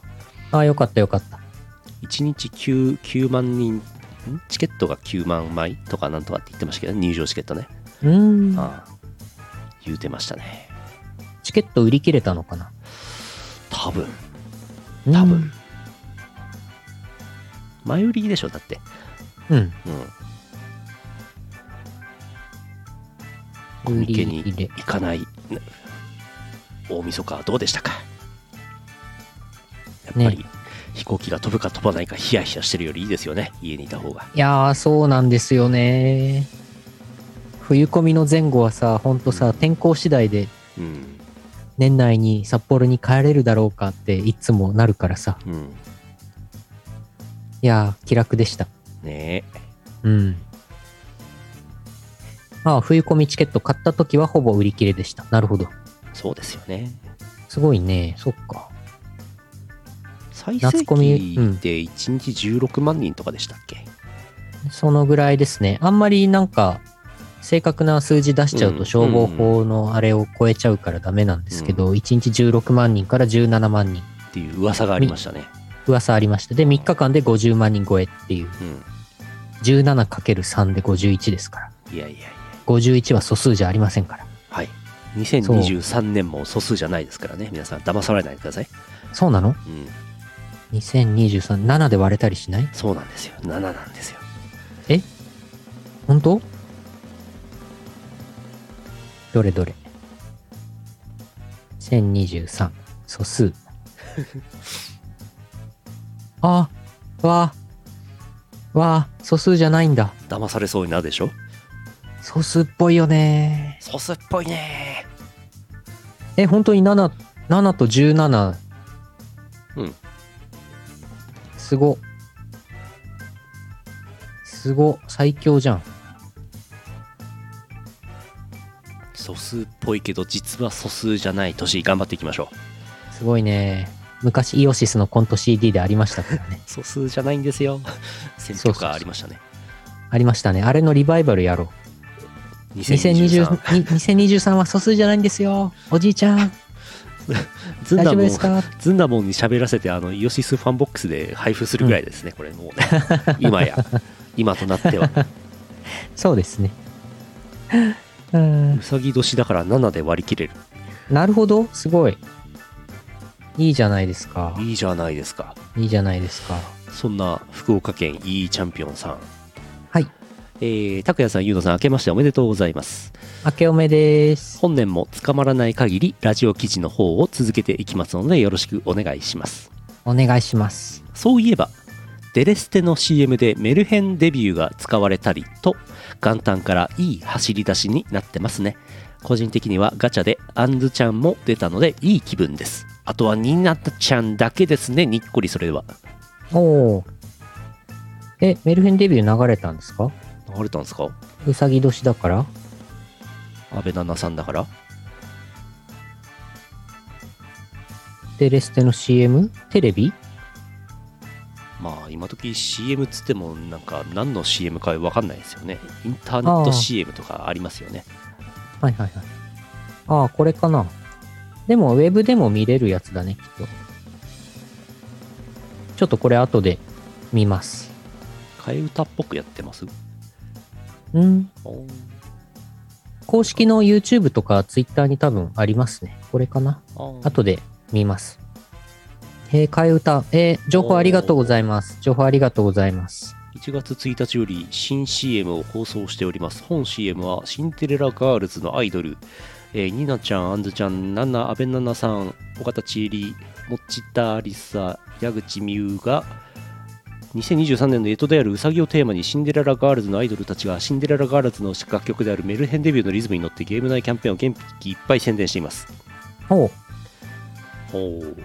Speaker 2: ああ、よかったよかった。
Speaker 3: 1日 9, 9万人んチケットが9万枚とかなんとかって言ってましたけどね入場チケットね
Speaker 2: うーん。
Speaker 3: ああ言うてましたね
Speaker 2: チケット売り切れたのかな
Speaker 3: 多分
Speaker 2: 多
Speaker 3: 多分。前売りでしょだって
Speaker 2: うん。
Speaker 3: うんコ
Speaker 2: 売
Speaker 3: ミケ
Speaker 2: り
Speaker 3: に
Speaker 2: 切れ。
Speaker 3: 行かないね大晦日はどうでしたかやっぱり、
Speaker 2: ね
Speaker 3: 飛行機が飛ぶか飛ばないかヒヤヒヤしてるよりいいですよね家にいた方が
Speaker 2: いやー、そうなんですよね。冬込みの前後はさ、ほんとさ、天候次第で
Speaker 3: うん
Speaker 2: 年内に札幌に帰れるだろうかっていつもなるからさ。
Speaker 3: うん
Speaker 2: いやー、気楽でした。
Speaker 3: ね
Speaker 2: うん。ああ、冬込みチケット買った時はほぼ売り切れでした。なるほど。
Speaker 3: えそうですよね
Speaker 2: すごいね。そっか。
Speaker 3: 最盛
Speaker 2: 夏コミ
Speaker 3: 期で1日16万人とかでしたっけ、
Speaker 2: そのぐらいですね。あんまりなんか、正確な数字出しちゃう
Speaker 3: うん
Speaker 2: と消防法のあれを超えちゃうからダメなんですけど、1日16万人から17万人。
Speaker 3: っていう噂がありましたね、
Speaker 2: 噂ありました。で、3日間で50万人超えっていう。
Speaker 3: う
Speaker 2: 17×3 で51ですから。
Speaker 3: ん、いやいやいや
Speaker 2: 51は素数じゃありませんから。
Speaker 3: はい2023年も素数じゃないですからね皆さん騙されないでください、
Speaker 2: そうなの
Speaker 3: うん、
Speaker 2: 2023、7で割れたりしない
Speaker 3: そうなんですよ7なんですよ
Speaker 2: 本当どれどれ ?1023 素数。 あ、わあ、わあ、素数じゃないんだ。
Speaker 3: 騙されそうになるでしょ
Speaker 2: 素数っぽいよね。
Speaker 3: 素数っぽいね
Speaker 2: え、本当に7、7と17。
Speaker 3: うん。
Speaker 2: すご。すご。最強じゃん。
Speaker 3: 素数っぽいけど実は素数じゃない年頑張っていきましょう
Speaker 2: すごいね。昔、イオシスのコント CD でありましたからね。
Speaker 3: 素数じゃないんですよ 選挙カーありましたね
Speaker 2: ありましたね。あれのリバイバルやろう。
Speaker 3: 2023
Speaker 2: 2020 2023は素数じゃないんですよ。おじいちゃん、
Speaker 3: ずん
Speaker 2: 大丈
Speaker 3: だ
Speaker 2: 夫
Speaker 3: もん
Speaker 2: ですか
Speaker 3: ずんだもんに喋らせてあのイオシスファンボックスで配布するぐらいですね、これもうね今や今となっては
Speaker 2: そうですね。うん
Speaker 3: うさぎ年だから7で割り切れる
Speaker 2: なるほど。すごい。いいじゃないですか。
Speaker 3: いいじゃないですか
Speaker 2: いいじゃないですか。
Speaker 3: そんな福岡県 E チャンピオンさん
Speaker 2: はい
Speaker 3: えー、拓也さん、ゆうのさん、明けましておめでとうございます。
Speaker 2: 明けおめです。
Speaker 3: 本年も捕まらない限り、ラジオ記事の方を続けていきますので、よろしくお願いします。
Speaker 2: お願いします。
Speaker 3: そういえば、デレステの CM でメルヘンデビューが使われたりと、元旦からいい走り出しになってますね。個人的にはガチャでアンズちゃんも出たのでいい気分です。あとはニナタちゃんだけですね、にっこりそれは。
Speaker 2: おお。え、メルヘンデビュー流れたんですか
Speaker 3: 流れたんですか
Speaker 2: うさぎ年だから
Speaker 3: 安倍奈々さんだから
Speaker 2: テレステの CM? テレビ
Speaker 3: まあ今時 CM つってもなんか何の CM かわかんないですよね。インターネッ
Speaker 2: あ
Speaker 3: ト
Speaker 2: あ
Speaker 3: CM とかありますよね。
Speaker 2: はいはいはい。ああ、これかな。でも、ウェブでも見れるやつだね、きっと。ちょっとこれ後で見ます。
Speaker 3: 替え歌っぽくやってます
Speaker 2: うん。
Speaker 3: おー
Speaker 2: 公式の YouTube とか Twitter に多分ありますね。これかな。
Speaker 3: あー
Speaker 2: 後で見ます。えー、替え歌。えー情報ありがとうございます。情報ありがとうございます。
Speaker 3: 1月1日より新 CM を放送しております。本 CM はシンデレラガールズのアイドル、えー、ニナちゃん、アンズちゃん、ナナ、アベナナさん、尾形千恵里、モッチタリサ、矢口美優が2023年の干支であるウサギをテーマにシンデレラガールズのアイドルたちがシンデレラガールズの楽曲であるメルヘンデビューのリズムに乗ってゲーム内キャンペーンを元気いっぱい宣伝しています。
Speaker 2: おう
Speaker 3: ほう。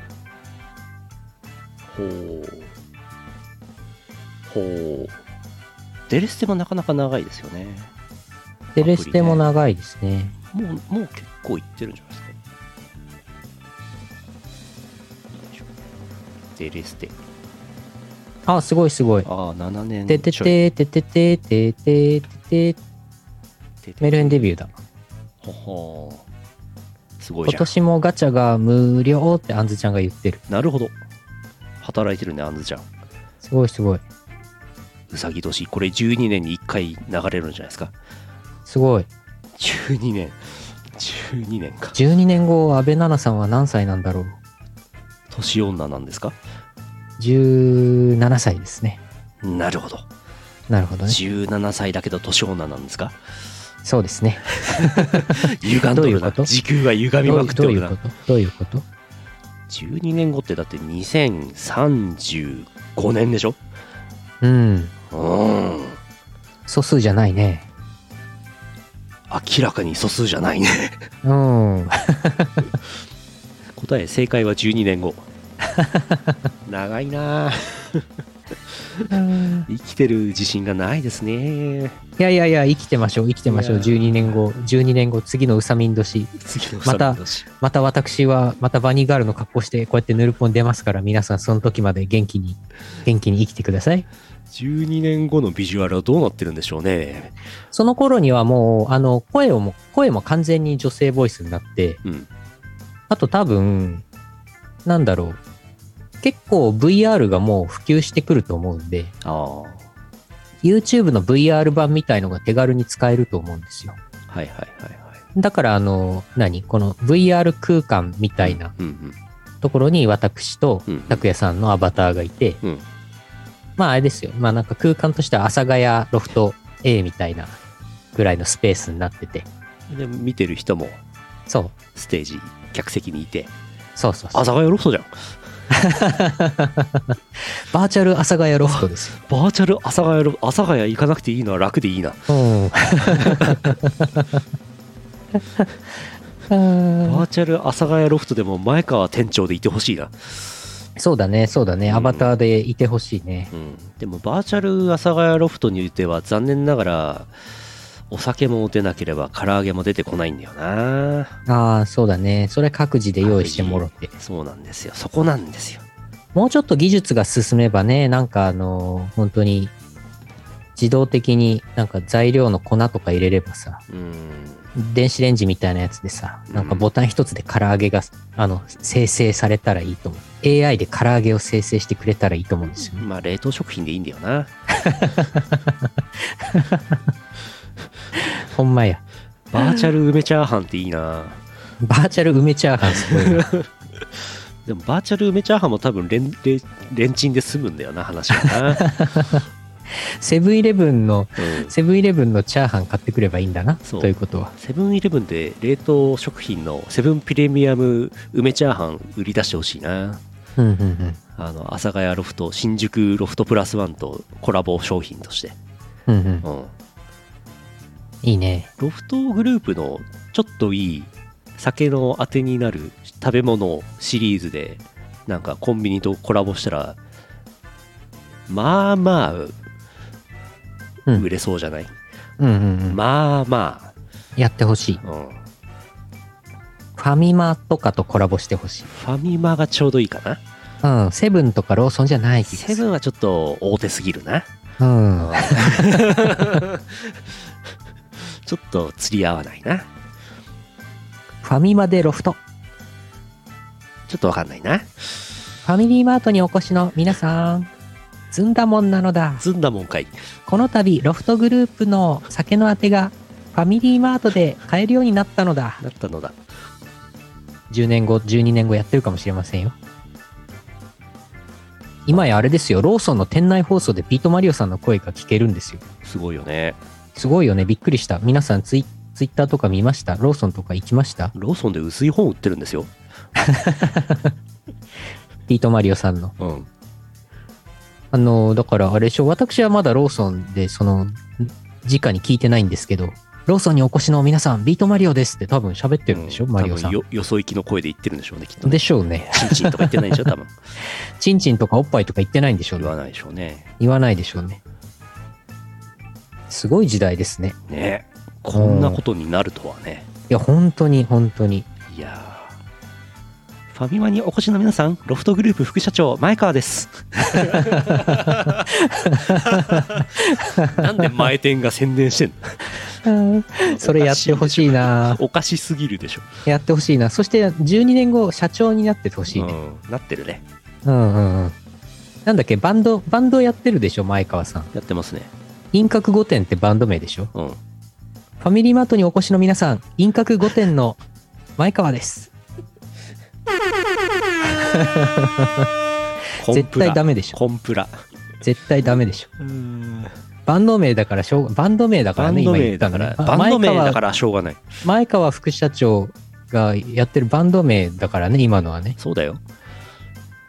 Speaker 3: ほう。ほう。デレステもなかなか長いですよね。
Speaker 2: テレステも長いですね。
Speaker 3: もう、もう結構いってるんじゃないですか。よいしょデレステ。
Speaker 2: あー、すごいすごい。
Speaker 3: ああ、7年
Speaker 2: てて
Speaker 3: ちょ
Speaker 2: て
Speaker 3: い。
Speaker 2: てててててててメルヘンデビューだ。
Speaker 3: ュー。ほほーすごい
Speaker 2: 今
Speaker 3: じゃん。
Speaker 2: 年もガチャが無料ってあんずちゃんが言ってる。
Speaker 3: なるほど。働いてるね、アンズちゃん。
Speaker 2: すごいすごい。
Speaker 3: うさぎ年。これ12年に1回流れるんじゃないですか。
Speaker 2: すごい。
Speaker 3: 12年。12年か。
Speaker 2: 12年後、安倍奈々さんは何歳なんだろう。
Speaker 3: 年女なんですか
Speaker 2: 17歳ですね。
Speaker 3: なるほど。
Speaker 2: なるほどね。
Speaker 3: 17歳だけど年女なんですか
Speaker 2: そうですね。
Speaker 3: 歪ん
Speaker 2: ど
Speaker 3: ど
Speaker 2: うい
Speaker 3: る
Speaker 2: う
Speaker 3: な
Speaker 2: こと
Speaker 3: 時空
Speaker 2: ど
Speaker 3: が
Speaker 2: う
Speaker 3: 歪みまくっ
Speaker 2: ど
Speaker 3: て
Speaker 2: う
Speaker 3: る
Speaker 2: いう
Speaker 3: な
Speaker 2: ことどういうこと
Speaker 3: 12年後ってだって2035年でしょ
Speaker 2: うん。
Speaker 3: うーん
Speaker 2: 素数じゃないね。
Speaker 3: 明らかに素数じゃないね
Speaker 2: うん。
Speaker 3: 答え正解は12年後長いなあ生きてる自信がないですね
Speaker 2: いやいやいや、生きてましょう、生きてましょう、
Speaker 3: いやー
Speaker 2: 12年後、12年後、次のうさみん年、
Speaker 3: 次の
Speaker 2: また
Speaker 3: サミット
Speaker 2: また私は、またバニーガールの格好して、こうやってヌルポン出ますから、皆さん、その時まで元気に、元気に生きてください。
Speaker 3: 12年後のビジュアルはどうなってるんでしょうね
Speaker 2: その頃にはもう、あの、声をも、声も完全に女性ボイスになって、
Speaker 3: うん
Speaker 2: あと多分、なんだろう、結構 VR がもう普及してくると思うんで、
Speaker 3: ああ
Speaker 2: YouTube の VR 版みたいのが手軽に使えると思うんですよ。
Speaker 3: はいはいはいはい
Speaker 2: だから、あの、何この VR 空間みたいな
Speaker 3: うんうん
Speaker 2: ところに私と
Speaker 3: うん
Speaker 2: 拓也さんのアバターがいて、
Speaker 3: うん
Speaker 2: まああれですよ。まあなんか空間としては阿佐ヶ谷ロフト A みたいなぐらいのスペースになってて、
Speaker 3: で見てる人も
Speaker 2: そう、
Speaker 3: ステージ客席にいて
Speaker 2: そうそう
Speaker 3: 「阿
Speaker 2: そう。
Speaker 3: 佐ヶ谷ロフトじゃん
Speaker 2: バーチャル阿佐ヶ谷ロフトですよ。
Speaker 3: バーチャル阿佐ヶ谷ロ阿佐ヶ谷行かなくていいのは楽でいいな」
Speaker 2: うん。
Speaker 3: バーチャル阿佐ヶ谷ロフトでも前川店長でいてほしいな、
Speaker 2: そうだね、そうだね。
Speaker 3: うん
Speaker 2: アバターでいてほしいね。
Speaker 3: うん、でもバーチャル阿佐ヶ谷ロフトにおいては残念ながらお酒も出なければ唐揚げも出てこないんだよな
Speaker 2: ああ、そうだね。それ各自で用意してもろって。
Speaker 3: そうなんですよそこなんですよ
Speaker 2: もうちょっと技術が進めばね、なんかあのー本当に自動的になんか材料の粉とか入れればさ、
Speaker 3: うん
Speaker 2: 電子レンジみたいなやつでさ、なんかボタン一つで唐揚げが、あの、生成されたらいいと思う。AI で唐揚げを生成してくれたらいいと思うんですよね。
Speaker 3: まあ冷凍食品でいいんだよな
Speaker 2: ほんまや。
Speaker 3: バーチャル梅チャーハンっていいな
Speaker 2: バーチャル梅チャーハンすごいな。
Speaker 3: でもバーチャル梅チャーハンも多分レンレレンチンで済むんだよな話がな、
Speaker 2: セブンイレブン の、
Speaker 3: うん
Speaker 2: セブンイレブンのチャーハン買ってくればいいんだな、
Speaker 3: そう
Speaker 2: ということは。
Speaker 3: セブンイレブンで冷凍食品のセブンプレミアム梅チャーハン売り出してほしいな
Speaker 2: うんうんうん。
Speaker 3: あの阿佐ヶ谷ロフト新宿ロフトプラスワンとコラボ商品として、
Speaker 2: うんうん
Speaker 3: う。ん、
Speaker 2: いいね。
Speaker 3: ロフトグループのちょっといい酒のあてになる食べ物シリーズでなんかコンビニとコラボしたらまあまあ
Speaker 2: うん
Speaker 3: 売れそうじゃない、
Speaker 2: うんうんうん。
Speaker 3: まあま
Speaker 2: やってほしい。
Speaker 3: あ、うん、フ
Speaker 2: ファミマとかとコラボしてほしい。
Speaker 3: ァミマがちょうどいいかな
Speaker 2: うん。セブンとかローソンじゃない気がす
Speaker 3: セ
Speaker 2: る。
Speaker 3: ブンはちょっと大手すぎるな
Speaker 2: うん。
Speaker 3: ちょっと釣り合わないな
Speaker 2: ファミマでロフト。
Speaker 3: ちょっとわかんないな
Speaker 2: ファミリーマートにお越しの皆さん、ずんだもんなのだ。
Speaker 3: ずんだもんかい
Speaker 2: この度、ロフトグループの酒のあてが、ファミリーマートで買えるようになったのだ。
Speaker 3: なったのだ
Speaker 2: 10年後、12年後やってるかもしれませんよ。今やあれですよ、ローソンの店内放送でビートマリオさんの声が聞けるんですよ。
Speaker 3: すごいよね
Speaker 2: すごいよね、びっくりした。皆さんツイ、ツイッターとか見ましたローソンとか行きました
Speaker 3: ローソンで薄い本売ってるんですよ
Speaker 2: ビートマリオさんの。
Speaker 3: うん
Speaker 2: あの、だからあれでしょ、私はまだローソンで、その、ん直に聞いてないんですけど、ローソンにお越しの皆さん、ビートマリオですって多分喋ってるんでしょ、
Speaker 3: うん
Speaker 2: マリオさ
Speaker 3: 多
Speaker 2: ん
Speaker 3: 分。よよそ行きの声で言ってるんでしょうねきっとね
Speaker 2: でしょうね。
Speaker 3: チンチンとか言ってないでしょ多分
Speaker 2: チンチンとかおっぱいとか言ってないん でしょう
Speaker 3: 言
Speaker 2: ね。
Speaker 3: わないでしょうね
Speaker 2: 言わないでしょうね。すごい時代ですね。
Speaker 3: ねこんなことになるとはね
Speaker 2: いや、本当に、本当に。
Speaker 3: いやーファミマにお越しの皆さんロフトグループ副社長前川です なんで前店が宣伝してんの
Speaker 2: それやってほしいな
Speaker 3: おかしすぎるでしょ、
Speaker 2: やってほしいな。そして、12年後、社長になっててほしいね。
Speaker 3: うんなってるね
Speaker 2: うんうんうん。なんだっけ、バンド、バンドやってるでしょ、前川さん。
Speaker 3: やってますね
Speaker 2: 輪郭御殿ってバンド名でしょ
Speaker 3: うん
Speaker 2: ファミリーマートにお越しの皆さん、輪郭御殿の前川です。
Speaker 3: コン
Speaker 2: 絶
Speaker 3: プラ
Speaker 2: 対ダメでしょ。
Speaker 3: コンプラ
Speaker 2: 絶対ダメでしょ。バンド名だからしょう、バンド名だか
Speaker 3: バ
Speaker 2: らね、
Speaker 3: ンド
Speaker 2: 今
Speaker 3: 名
Speaker 2: 言った
Speaker 3: だか
Speaker 2: の
Speaker 3: ら
Speaker 2: ね。
Speaker 3: バンド名だ
Speaker 2: 前
Speaker 3: か
Speaker 2: 川
Speaker 3: らしょうがない
Speaker 2: 前川副社長がやってるバンド名だからね、今のはね。
Speaker 3: そうだよ。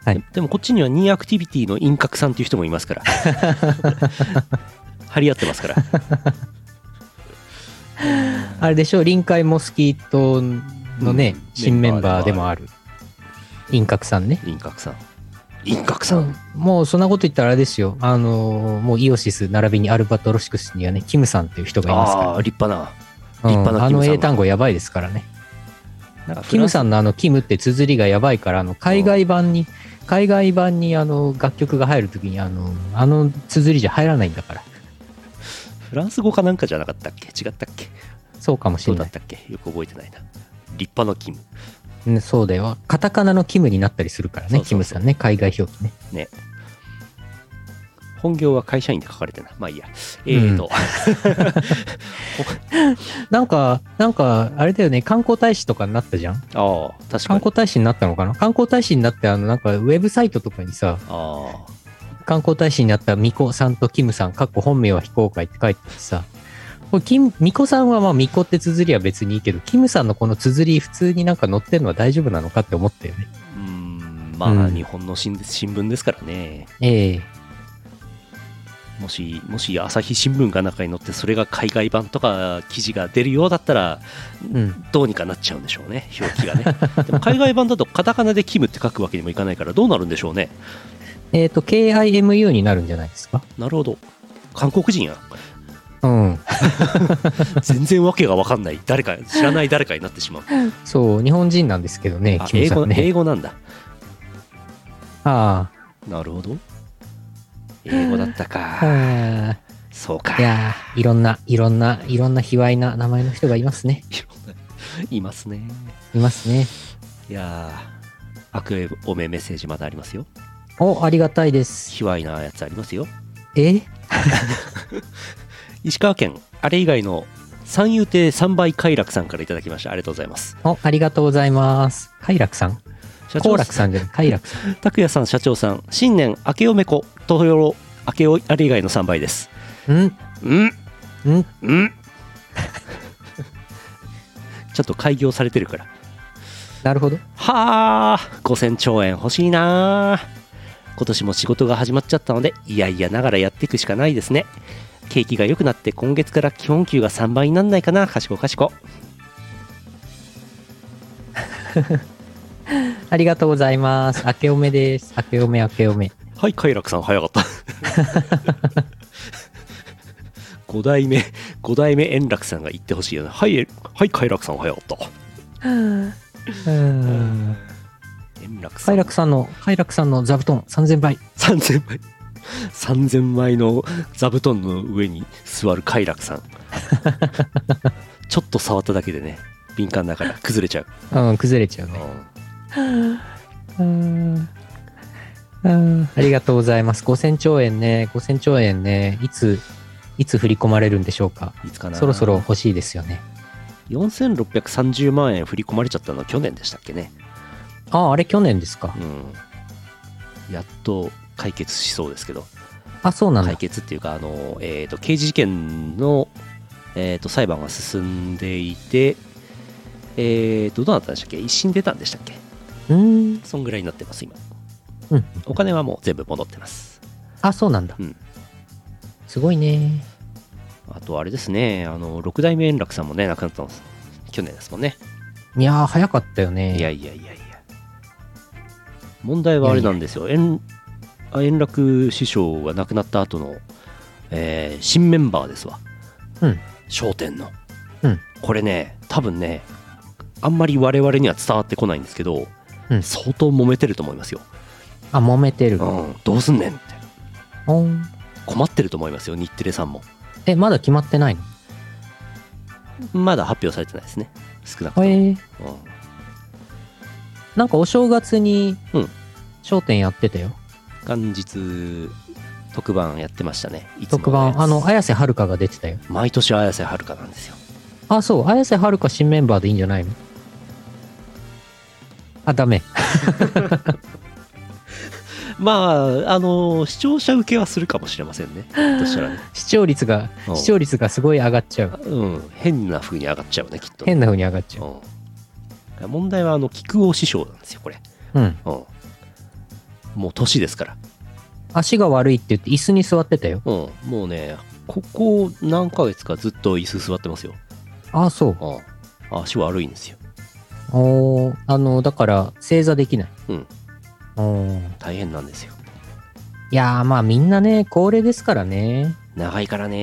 Speaker 2: はい
Speaker 3: でもこっちにはニーアクティビティの陰角さんっていう人もいま すから。張り合ってますから。
Speaker 2: あれでしょ、臨海モスキートのね、
Speaker 3: うん
Speaker 2: 新メンバーでもある。輪郭さんね。
Speaker 3: 輪郭さん輪郭さん、
Speaker 2: もうそんなこと言ったらあれですよ。あのーもうイオシス並びにアルバトロシクスにはね、キムさんっていう人がいます
Speaker 3: ああ
Speaker 2: か
Speaker 3: ー立派な
Speaker 2: ら。
Speaker 3: 立派な
Speaker 2: うんあ
Speaker 3: キ
Speaker 2: の
Speaker 3: ムさんが
Speaker 2: 英単語やばいですからね。
Speaker 3: なんか
Speaker 2: キム
Speaker 3: ん
Speaker 2: さんのあのキムって綴りがやばいから、あの海外版に、海外版にあの楽曲が入るときにあの、あの綴りじゃ入らないんだから。
Speaker 3: フランス語かなんかじゃなかったっけ違ったっけ
Speaker 2: そうかもし
Speaker 3: ど
Speaker 2: れ
Speaker 3: うだ
Speaker 2: な
Speaker 3: っ
Speaker 2: い。
Speaker 3: たっけよく覚えてないな立派なキム
Speaker 2: ねそうだよ。カタカナのキムになったりするから
Speaker 3: そ
Speaker 2: ね、
Speaker 3: うそうそう
Speaker 2: キムさんね、海外表記ね。
Speaker 3: 本業は会社員で書かれてないまあいいやえーと、
Speaker 2: なんか、なんか、あれだよね、観光大使とかになったじゃん
Speaker 3: ああ
Speaker 2: 観
Speaker 3: 確かに
Speaker 2: 光大使になったのかな観光大使になって、あの、なんか、ウェブサイトとかにさ、
Speaker 3: あ
Speaker 2: 観光大使になったミコさんとキムさん、かっこ本名は非公開って書いてあってさ、これキム、ミコさんはまあ、ミコって綴りは別にいいけど、キムさんのこの綴り普通になんか載ってるのは大丈夫なのかって思ったよね。
Speaker 3: あうーんまあ、
Speaker 2: うん
Speaker 3: 日本の新新聞ですからね
Speaker 2: ええ
Speaker 3: もしもし朝日新聞が中に載ってそれが海外版とか記事が出るようだったら
Speaker 2: うん。
Speaker 3: どうにかなっちゃうんでしょうね表記 がねでも海外版だとカタカナでキムって書くわけにもいかないからどうなるんでしょうね
Speaker 2: えっ、と、KIMU になるんじゃないですか
Speaker 3: なるほど韓国人やん
Speaker 2: うん。
Speaker 3: 全然わけが分かんない誰か知らない誰かになってしまう
Speaker 2: そう、日本人なんですけどね
Speaker 3: あ、
Speaker 2: キム
Speaker 3: 英
Speaker 2: さ
Speaker 3: 語
Speaker 2: んね。
Speaker 3: 英語なんだ
Speaker 2: あ
Speaker 3: なるほど英語だった
Speaker 2: あ。
Speaker 3: か
Speaker 2: はあ
Speaker 3: そうか
Speaker 2: いやーいろんな、いろんな、いろんな卑猥な名前の人がいますね。
Speaker 3: いろんないますね
Speaker 2: いますね。
Speaker 3: いやー悪おめメッセージまだありますよ
Speaker 2: お、ありがたいです。
Speaker 3: 卑猥なやつありますよ
Speaker 2: え
Speaker 3: 石川県あれ以外の三遊亭三倍快楽さんからいただきましたありがとうございます
Speaker 2: お、ありがとうございます。快楽さん
Speaker 3: 社
Speaker 2: 好
Speaker 3: 長
Speaker 2: 楽さんじゃない、快楽さん。
Speaker 3: 拓也さん社長さん新年明けおめこ東洋明けおあれ以外の三倍です
Speaker 2: うん、
Speaker 3: うん
Speaker 2: うん、
Speaker 3: うん ちょっと開業されてるから
Speaker 2: なるほど。
Speaker 3: はあ5000兆円欲しいなあ今年も仕事が始まっちゃったのでいやいやながらやっていくしかないですね景気が良くなって今月から基本給が3倍になんないかなかしこかしこ
Speaker 2: ありがとうございます。明けおめです。明けおめ、明けおめ。
Speaker 3: はい快楽さん早かった5代目5代目円楽さんが言ってほしいよねはいえはい快楽さん早かった
Speaker 2: うん。
Speaker 3: 円楽さん
Speaker 2: 快楽さんの、快楽さんの座布団3000倍。
Speaker 3: 3000枚3000枚の座布団の上に座る快楽 さんちょっと触っただけでね敏感だから崩れちゃう、
Speaker 2: うん、崩れちゃうね。うん。うんありがとうございます。5000兆円ね、5000兆円ね、いつ、いつ振り込まれるんでしょうか。
Speaker 3: いつかな
Speaker 2: そろそろ欲しいですよね。
Speaker 3: 4630万円振り込まれちゃったのは去年でしたっけね
Speaker 2: ああ、あれ去年ですか
Speaker 3: う。んやっと解決しそうですけど
Speaker 2: あ、そうなん
Speaker 3: 解
Speaker 2: だ。
Speaker 3: 決っていうかあの、えー、と刑事事件の、えー、と裁判が進んでいてえー、とどうなったんでしたっけ一審出たんでしたっけ
Speaker 2: うん。
Speaker 3: そんぐらいになってます今
Speaker 2: うん。
Speaker 3: お金はもう全部戻ってます
Speaker 2: あ、そうなんだ。
Speaker 3: うん
Speaker 2: すごいね。
Speaker 3: あとあれですね、あの六代目円楽さんもね、亡くなったんです。去年ですもんね。
Speaker 2: いやー、早かったよね。
Speaker 3: いやいやいやいや。問題はあれなんですよ。円あ円楽師匠が亡くなった後の、えー新メンバーですわ。
Speaker 2: うん
Speaker 3: 笑点の。
Speaker 2: うん
Speaker 3: これね、多分ね、あんまり我々には伝わってこないんですけど、
Speaker 2: うん
Speaker 3: 相当揉めてると思いますよ。
Speaker 2: あ、揉めてる。
Speaker 3: うん、どうすんねんって。
Speaker 2: おん
Speaker 3: 困ってると思いますよ、日テレさんも。
Speaker 2: え、まだ決まってないの
Speaker 3: まだ発表されてないですね。少なくとも。
Speaker 2: えー、
Speaker 3: うん
Speaker 2: なんかお正月に
Speaker 3: うん、
Speaker 2: 商店やってたよ。
Speaker 3: 元日特番やってましたねいつも
Speaker 2: 特
Speaker 3: やつ
Speaker 2: 番、あの、綾瀬はるかが出てたよ。
Speaker 3: 毎年綾瀬はるかなんですよ
Speaker 2: あ、そう、綾瀬はるか新メンバーでいいんじゃないのあ、ダメ。
Speaker 3: まああの視聴者受けはするかもしれま せんねそしたらね
Speaker 2: 視聴率が、
Speaker 3: うん
Speaker 2: 視聴率がすごい上がっちゃう。
Speaker 3: うん変な風に上がっちゃうねきっと
Speaker 2: 変な風に上がっちゃう。
Speaker 3: うん問題はあの菊王師匠なんですよこれ、
Speaker 2: うん。
Speaker 3: うん、もう年ですから、
Speaker 2: 足が悪いって言って椅子に座ってたよ。
Speaker 3: うん、もうねここ何ヶ月かずっと椅子座ってますよ、
Speaker 2: あ、そう。
Speaker 3: うん、足悪いんですよ
Speaker 2: あおーあの、だから、正座できない。
Speaker 3: うん
Speaker 2: おー
Speaker 3: 大変なんですよ
Speaker 2: いやー、まあみんなね、高齢ですからね。
Speaker 3: 長いからね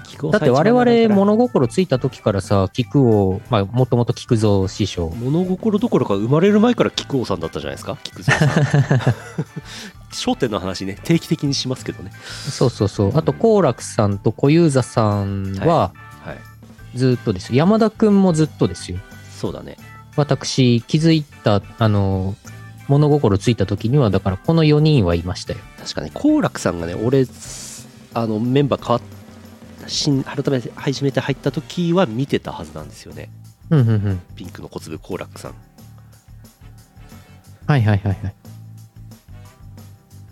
Speaker 3: 聞く
Speaker 2: だって我々物心ついた時からさ、菊を、まあもともと菊蔵師匠。
Speaker 3: 物心どころか生まれる前から菊王さんだったじゃないですか菊蔵さん 笑点の話ね定期的にしますけどね
Speaker 2: そうそうそう。あと、好楽さんと小遊三さんは
Speaker 3: はい
Speaker 2: ずっとですよ。山田くんもずっとですよ。
Speaker 3: そうだね
Speaker 2: 私、気づいた、あの、物心ついた時には、だからこの4人はいましたよ。
Speaker 3: 確かね好楽さんがね俺あのメンバー変わった新改めて初めて入った時は見てたはずなんですよね
Speaker 2: うんうんうん。
Speaker 3: ピンクの小粒好楽さん
Speaker 2: はいはいはいはい。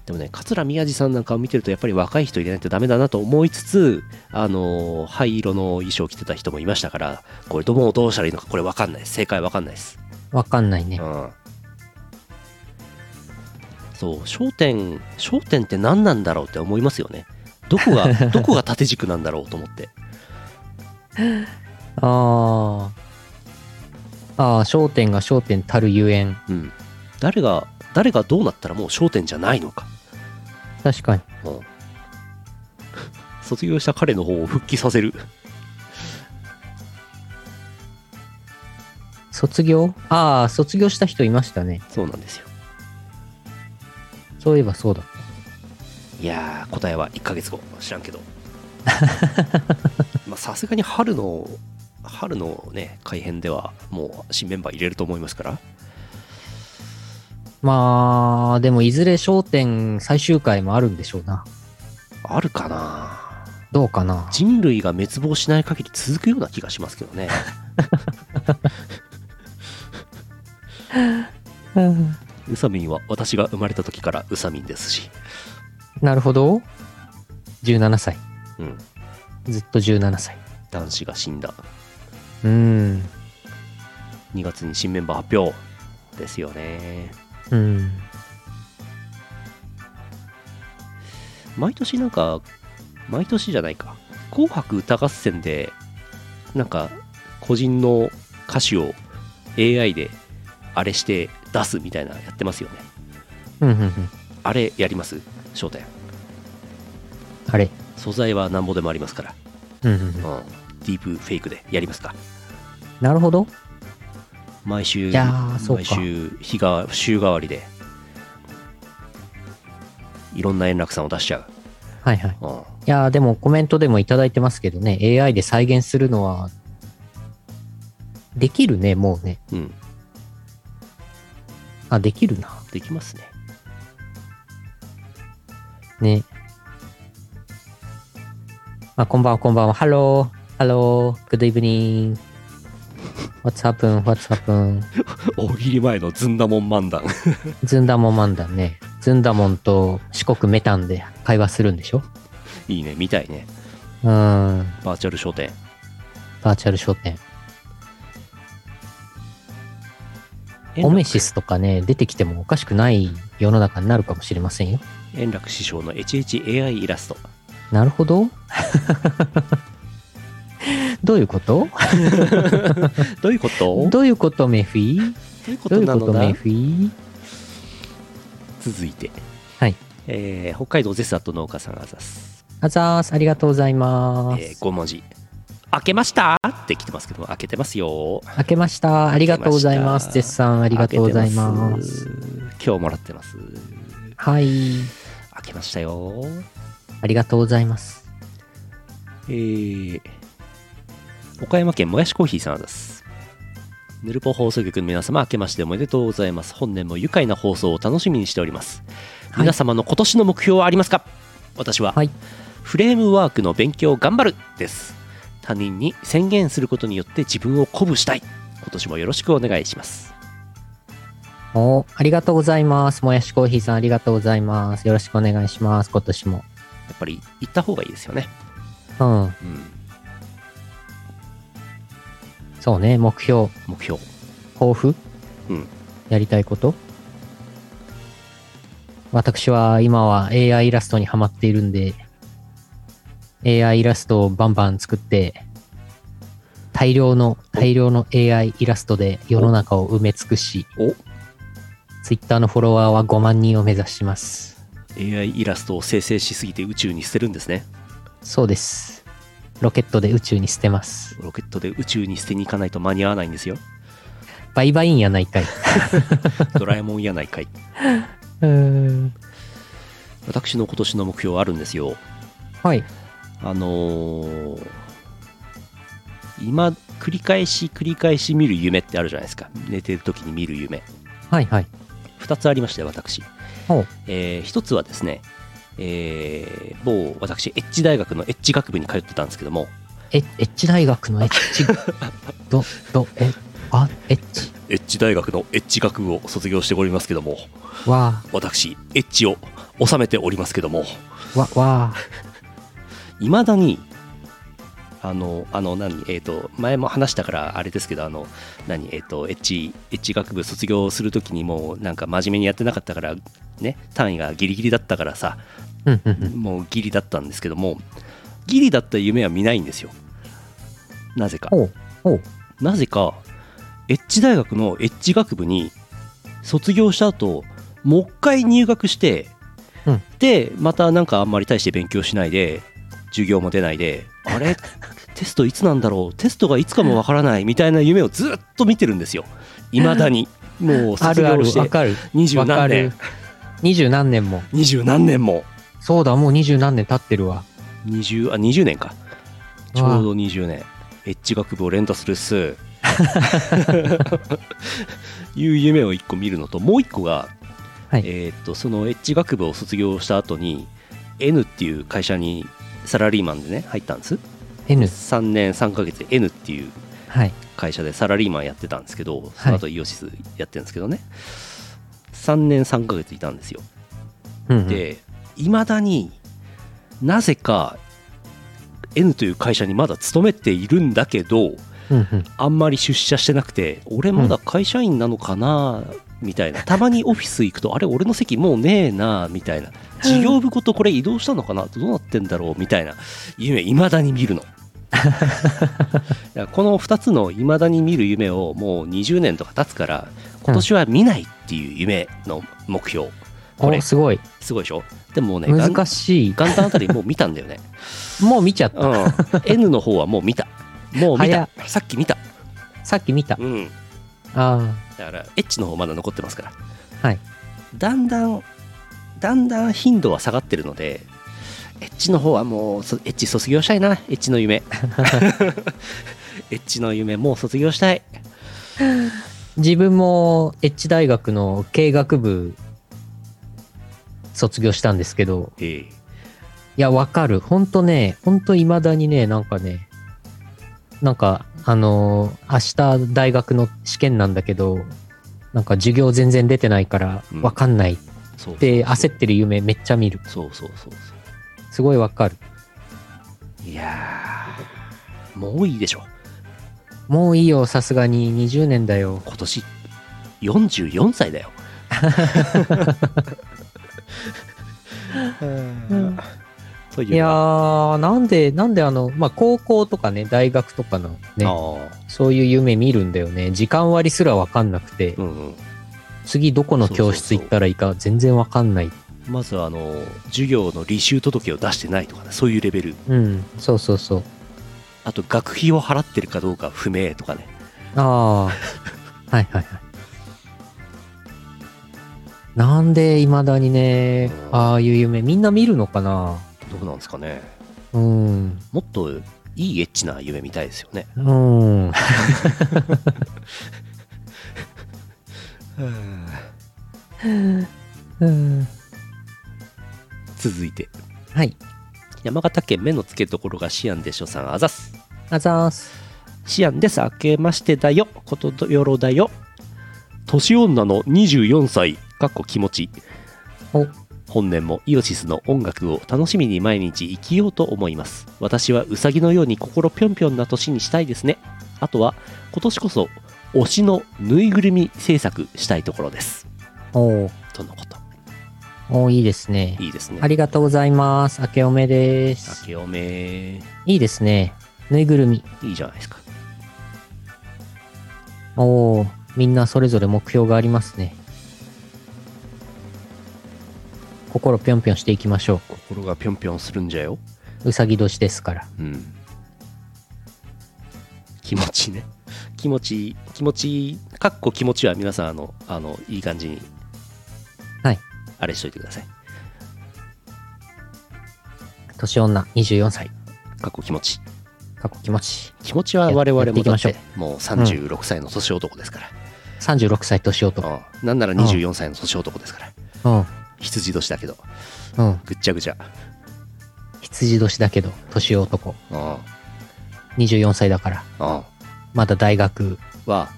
Speaker 3: でもね桂宮治さんなんかを見てるとやっぱり若い人入れないとダメだなと思いつつあのー灰色の衣装着てた人もいましたからこれどうもどうしたらいいのかこれ分かんない正解分かんないです
Speaker 2: わかんないね。
Speaker 3: うんそう『焦点』『焦点』って何なんだろうって思いますよねどこがどこが縦軸なんだろうと思って
Speaker 2: ああ。ああ、焦点が焦点たるゆえん。
Speaker 3: うん誰が誰がどうなったらもう『焦点』じゃないのか、
Speaker 2: 確かに。
Speaker 3: うん、 卒業した彼の方を復帰させる
Speaker 2: 卒業ああ、卒業した人いましたね。
Speaker 3: そうなんですよ
Speaker 2: そういえばそうだ。
Speaker 3: いやー答えは1ヶ月後知らんけ どまあさすがに春の春のね改編ではもう新メンバー入れると思いますから
Speaker 2: まあ、でもいずれ焦点最終回もあるんでしょうな。
Speaker 3: あるかな
Speaker 2: どうかな。
Speaker 3: 人類が滅亡しない限り続くような気がしますけど ねウサミンは私が生まれた時からウサミンですし
Speaker 2: なるほど。17歳。
Speaker 3: うん
Speaker 2: ずっと17歳。
Speaker 3: 男子が死んだ
Speaker 2: うん。
Speaker 3: 2月に新メンバー発表ですよね
Speaker 2: うん。
Speaker 3: 毎年なんか毎年じゃないか「紅白歌合戦」でなんか個人の歌手を AI であれして出すみたいなやってますよね
Speaker 2: うん、うん、うん。
Speaker 3: あれやります焦点
Speaker 2: あれ。
Speaker 3: 素材はなんぼでもありますから、
Speaker 2: うん、うんう。
Speaker 3: うんん、ディープフェイクでやりますか
Speaker 2: なるほど。
Speaker 3: 毎週
Speaker 2: いやーそうか
Speaker 3: 毎週日が週替わりでいろんな円楽さんを出しちゃ
Speaker 2: はいはい。
Speaker 3: う、うん、
Speaker 2: いやーでもコメントでもいただいてますけどね、AI で再現するのは、できるね、もうね。
Speaker 3: うん、
Speaker 2: あ、できるな。
Speaker 3: できますね
Speaker 2: ね。あ、こんばんは、こんばんは。Hello, hello, good evening. What's happen, what's happen.
Speaker 3: 大喜利前のずんだもん漫談
Speaker 2: ずんだもんマンだね。ずんだもんと四国メタンで会話するんでしょ
Speaker 3: いいね見たいね
Speaker 2: うーん、
Speaker 3: バーチャル商店
Speaker 2: バーチャル商店。オメシスとかね、出てきてもおかしくない世の中になるかもしれませんよ。
Speaker 3: 円楽師匠の HHAI イラスト
Speaker 2: なるほ ど。どういうこと
Speaker 3: どういうこと
Speaker 2: どういうことメフィー
Speaker 3: どういうこ
Speaker 2: ど
Speaker 3: と
Speaker 2: ういう
Speaker 3: な
Speaker 2: こ
Speaker 3: の
Speaker 2: と
Speaker 3: だ
Speaker 2: メフィー
Speaker 3: 続いて
Speaker 2: はい
Speaker 3: えー北海道ゼスアット農家さんあざす、
Speaker 2: あざーす、ありがとうございま
Speaker 3: えー、
Speaker 2: す。
Speaker 3: 5文字開けましたって来てますけど開けてますよ
Speaker 2: 明けました。ありがとうございます。
Speaker 3: 明けました
Speaker 2: 絶賛ありがとうございます。
Speaker 3: 開けてます今日もらってます
Speaker 2: はい。
Speaker 3: 開けましたよ
Speaker 2: ありがとうございます。
Speaker 3: えー、岡山県もやしコーヒーさんあざすぬるぽ放送局の皆様明けましておめでとうございます本年も愉快な放送を楽しみにしております、
Speaker 2: はい
Speaker 3: 皆様の今年の目標はありますか私は、
Speaker 2: はい
Speaker 3: フレームワークの勉強を頑張るです他人に宣言することによって自分を鼓舞したい今年もよろしくお願いします
Speaker 2: おありがとうございます。もやしコーヒーさん、ありがとうございます。よろしくお願いします。今年も。
Speaker 3: やっぱり行った方がいいですよね
Speaker 2: うん。
Speaker 3: うん
Speaker 2: そうね。目標、
Speaker 3: 目標
Speaker 2: 抱負
Speaker 3: うん
Speaker 2: やりたいこと私は今は AI イラストにハマっているんで、AI イラストをバンバン作って、大量の、大量の AI イラストで世の中を埋め尽くし、
Speaker 3: お
Speaker 2: Twitter のフォロワーは5万人を目指します。
Speaker 3: AI イラストを生成しすぎて宇宙に捨てるんですね
Speaker 2: そうです。ロケットで宇宙に捨てます。
Speaker 3: ロケットで宇宙に捨てに行かないと間に合わないんですよ
Speaker 2: バイバインやないかい。
Speaker 3: ドラえもんやないかい
Speaker 2: うん。
Speaker 3: 私の今年の目標あるんですよ
Speaker 2: はい。
Speaker 3: あのー今繰り返し繰り返し見る夢ってあるじゃないですか寝てる時に見る夢
Speaker 2: はいはい。
Speaker 3: 2つありまして私、
Speaker 2: ほう。
Speaker 3: え1つはですね、えー某私エッジ大学のエッジ学部に通ってたんですけども
Speaker 2: え、エッチ大学のエッ チ。ど、ど、え、あ、エッチ。
Speaker 3: エッジ大学のエッジ学部を卒業しておりますけども
Speaker 2: わ
Speaker 3: 私エッジを収めておりますけども
Speaker 2: ー、わ、わ
Speaker 3: いまだにあのあの何えっ、と前も話したからあれですけどあの何えっ、とエッジエッジ学部卒業するときにもうなんか真面目にやってなかったからね単位がギリギリだったからさ
Speaker 2: ー。うんうんうん。
Speaker 3: もうギリだったんですけどもギリだった夢は見ないんですよなぜか
Speaker 2: ほう。ほう。
Speaker 3: なぜかエッジ大学のエッジ学部に卒業した後もう一回入学して、
Speaker 2: うん
Speaker 3: でまたなんかあんまり大して勉強しないで授業も出ないで あれテストいつなんだろうテストがいつかもわからないみたいな夢をずっと見てるんですよいま だにもう
Speaker 2: あ
Speaker 3: 卒
Speaker 2: るあ
Speaker 3: 業
Speaker 2: る
Speaker 3: し、
Speaker 2: わ
Speaker 3: て
Speaker 2: かる。
Speaker 3: 二十
Speaker 2: わか
Speaker 3: 何
Speaker 2: る
Speaker 3: 年。
Speaker 2: 二十何年も。
Speaker 3: 二十何年も
Speaker 2: そうだ、もう二十何年経ってるわ。
Speaker 3: 20あ20年かちょうど20年エッジ学部を連打するっす いう夢を1個見るのともう1個が、
Speaker 2: はい
Speaker 3: えーっとそのエッジ学部を卒業した後に N っていう会社にサラリーマンでね入ったんです
Speaker 2: N。
Speaker 3: 3年3ヶ月で N っていう
Speaker 2: はい。
Speaker 3: 会社でサラリーマンやってたんですけどその後イオシスやってるんですけどね、3年3ヶ月いたんですよ
Speaker 2: うんうん、
Speaker 3: でいまだになぜか N という会社にまだ勤めているんだけど
Speaker 2: うんうん。
Speaker 3: あんまり出社してなくて俺まだ会社員なのかなみたいなたまにオフィス行くとあれ俺の席もうねえなみたいな事業部ごとこれ移動したのかなどうなってんだろうみたいな夢いまだに 見るのいやこの2つのいまだに見る夢をもう20年とか経つから今年は見ないっていう夢の目標これ
Speaker 2: お、すごい。
Speaker 3: すごいでしょでもね、ガン
Speaker 2: 難しい。
Speaker 3: 元旦あたりもう見たんだよね。
Speaker 2: もう見ちゃった。
Speaker 3: うん。N の方はもう見た。もう見
Speaker 2: 早
Speaker 3: た。さっき見た。
Speaker 2: さっき見た。
Speaker 3: うん。
Speaker 2: あ
Speaker 3: だから、エッチの方まだ残ってますから。
Speaker 2: はい。
Speaker 3: だんだん、だんだん頻度は下がってるので、エッチの方はもう、そエッチ卒業したいな、エッチの夢。エッチの夢、もう卒業したい。
Speaker 2: あ。自分も、エッジ大学の経営学部、卒業したんですけど、
Speaker 3: ええ
Speaker 2: いや、わかる。ほんとね、ほんと未だにね、なんかね、なんか、あのー明日大学の試験なんだけど、なんか授業全然出てないから
Speaker 3: う、ん
Speaker 2: わかんないっ
Speaker 3: そう
Speaker 2: て焦ってる夢めっちゃ見る。
Speaker 3: そうそうそうそ
Speaker 2: すごいわかる。
Speaker 3: う。いやー、もういいでしょ。
Speaker 2: もういいよ、さすがに20年だよ。
Speaker 3: 今年44歳 だよ。という
Speaker 2: いやー、なんで、なんであの、まあ、高校とかね、大学とかのね
Speaker 3: あ、あ
Speaker 2: そういう夢見るんだよね。時間割りすらわかんなくて、
Speaker 3: うんうん、
Speaker 2: 次どこの教室行ったらいいか全然わかんない。
Speaker 3: まずあの授業の履修届を出してないとかねそういうレベル
Speaker 2: うん、そうそうそう。
Speaker 3: あと学費を払ってるかどうか不明とかね
Speaker 2: ああ。はいはいはい。なんで未だにね、ああいう夢みんな見るのかな
Speaker 3: どうなんですかね
Speaker 2: うん。
Speaker 3: もっといいエッチな夢みたいですよね
Speaker 2: うん。うん
Speaker 3: 続いて
Speaker 2: はい。
Speaker 3: 山形県目の付けどころがシアンでしょさんあざっす
Speaker 2: あざーす。
Speaker 3: シアンです明けましてだよことよろだよ年女の24歳かっこ気持ち
Speaker 2: お、
Speaker 3: 本年もイオシスの音楽を楽しみに毎日生きようと思います私はウサギのように心ぴょんぴょんな年にしたいですねあとは今年こそ推しのぬいぐるみ制作したいところです
Speaker 2: おー
Speaker 3: とのこと
Speaker 2: おーいいですね。
Speaker 3: いいですね
Speaker 2: ありがとうございます。明けおめで
Speaker 3: 明
Speaker 2: す。
Speaker 3: けおめ
Speaker 2: いいですね。ぬいぐるみ。
Speaker 3: いいじゃないですか
Speaker 2: おお、みんなそれぞれ目標がありますね。心ぴょんぴょんしていきましょ
Speaker 3: 心がぴょんぴょんするんじゃよ
Speaker 2: う。うさぎ年ですから。
Speaker 3: うん気持ちね気持ち気持ちかっこ気持ちは皆さんあのあのいい感じに
Speaker 2: はい
Speaker 3: あれしといてください
Speaker 2: 年女24歳。
Speaker 3: かっこ気持ち
Speaker 2: 過去気持ち。
Speaker 3: 気持ちは我々
Speaker 2: やって
Speaker 3: も
Speaker 2: いき
Speaker 3: だ
Speaker 2: ま
Speaker 3: っ
Speaker 2: しょう
Speaker 3: てもう36歳の年男ですから、
Speaker 2: 36歳年男。
Speaker 3: うんなんなら24歳の年男ですから
Speaker 2: うん。
Speaker 3: 羊年だけど
Speaker 2: うん。
Speaker 3: ぐっちゃぐちゃ、
Speaker 2: 羊年だけど、年男。
Speaker 3: うん
Speaker 2: 24歳だから。
Speaker 3: うん
Speaker 2: まだ大学、
Speaker 3: は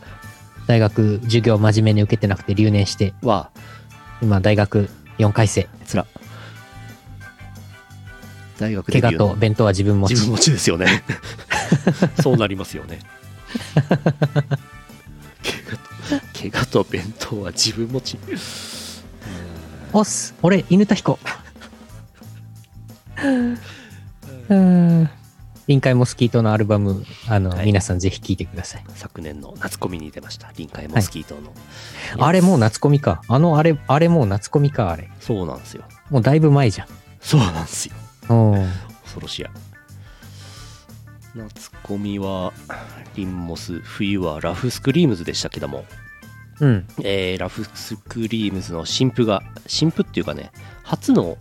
Speaker 2: 大学授業真面目に受けてなくて留年して、
Speaker 3: は
Speaker 2: 今大学4回生。
Speaker 3: つら大学で
Speaker 2: 怪我と弁当は自分持
Speaker 3: 自分
Speaker 2: ち。
Speaker 3: 持ちですよね そうなりますよね怪我と怪我と弁当は自分持ち
Speaker 2: おっす俺、犬田 彦。うん。臨海モスキートのアルバム、あの、
Speaker 3: はい
Speaker 2: 皆さんぜひ聴いてください。
Speaker 3: 昨年の夏コミに出ました臨海モスキートの、
Speaker 2: あれもう夏コミか。あの、あれ、あれもう夏コミか、あれ。
Speaker 3: そうなんですよ
Speaker 2: もうだいぶ前じゃん。
Speaker 3: そうなんですよ
Speaker 2: うん。
Speaker 3: 恐ろしや夏コミはリンモス冬はラフスクリームズでしたけども、
Speaker 2: うん。
Speaker 3: えーラフスクリームズの新譜が新譜っていうかね初の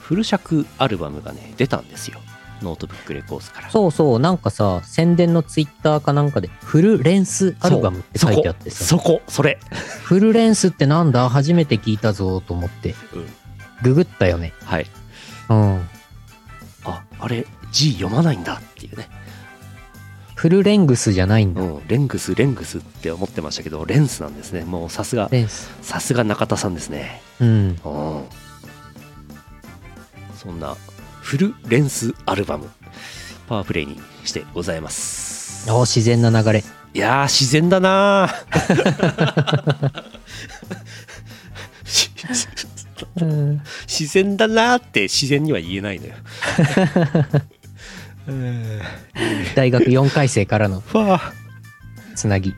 Speaker 3: フル尺アルバムがね出たんですよノートブックレコーズから
Speaker 2: そうそう、なんかさ、宣伝のツイッターかなんかで、フルレンスアルバムって書いてあってさ、
Speaker 3: そこそこそれ、
Speaker 2: フルレンスってなんだ初めて聞いたぞと思って、ググったよね。
Speaker 3: はい
Speaker 2: うん。
Speaker 3: ああれ字読まないんだっていうね、
Speaker 2: フルレングスじゃないんだ。
Speaker 3: うん、レングスレングスって思ってましたけどレンスなんですねもうさすが
Speaker 2: レンス。
Speaker 3: さすが中田さんですね
Speaker 2: うん。
Speaker 3: うんそんなフルレンスアルバムパワープレイにしてございます
Speaker 2: お自然な流れ。
Speaker 3: いやー自然だなー し
Speaker 2: うん。
Speaker 3: 自然だなーって自然には言えないのよ。うん
Speaker 2: 大学4回生からの
Speaker 3: ふわ
Speaker 2: つなぎ。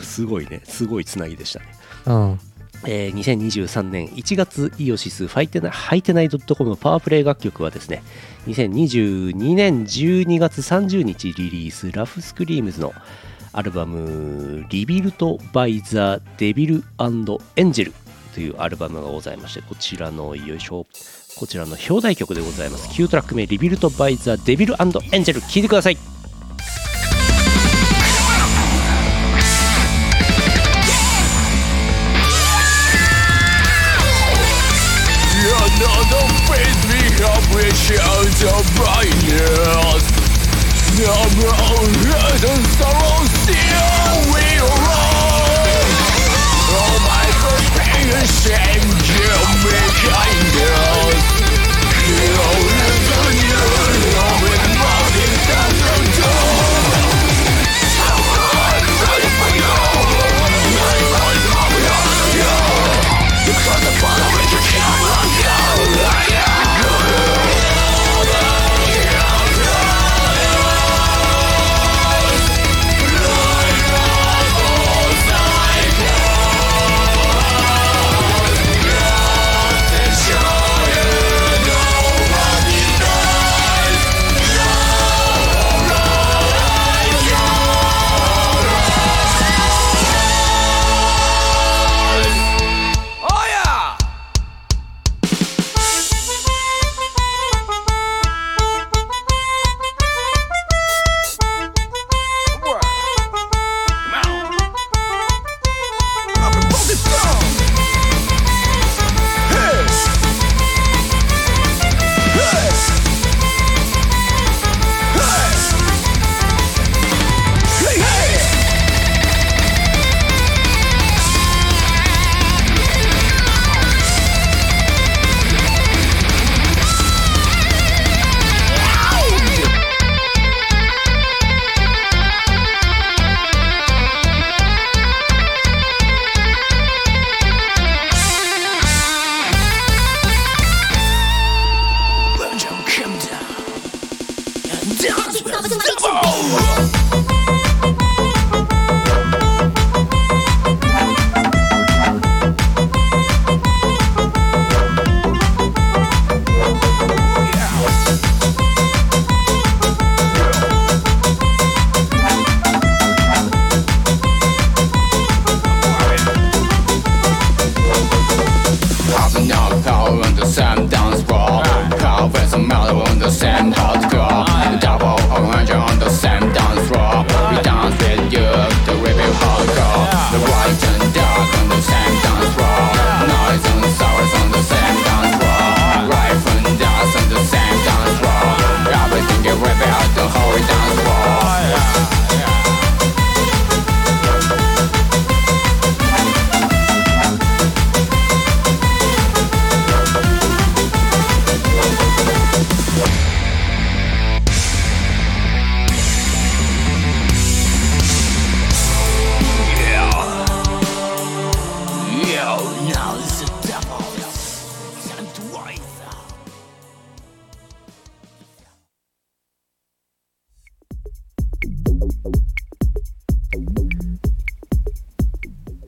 Speaker 3: あすごいねすごいつなぎでしたね。
Speaker 2: うん。
Speaker 3: えー2023年1月イオシスファイテナハイテナイドットコムのパワープレイ楽曲はですね2022年12月30日リリースラフスクリームズのアルバム「リビルト・バイ・ザ・デビル・エンジェル」というアルバムがございましてこちらのよいしょこちらの表題曲でございます9トラック目「リビルト・バイ・ザ・デビル・エンジェル」聴いてください
Speaker 5: Another face we have reached our brightness Number of hurt and sorrow still we roam All my first pain and shame give me kindness You listen, you know it must be done to do Oh yeah!
Speaker 1: 「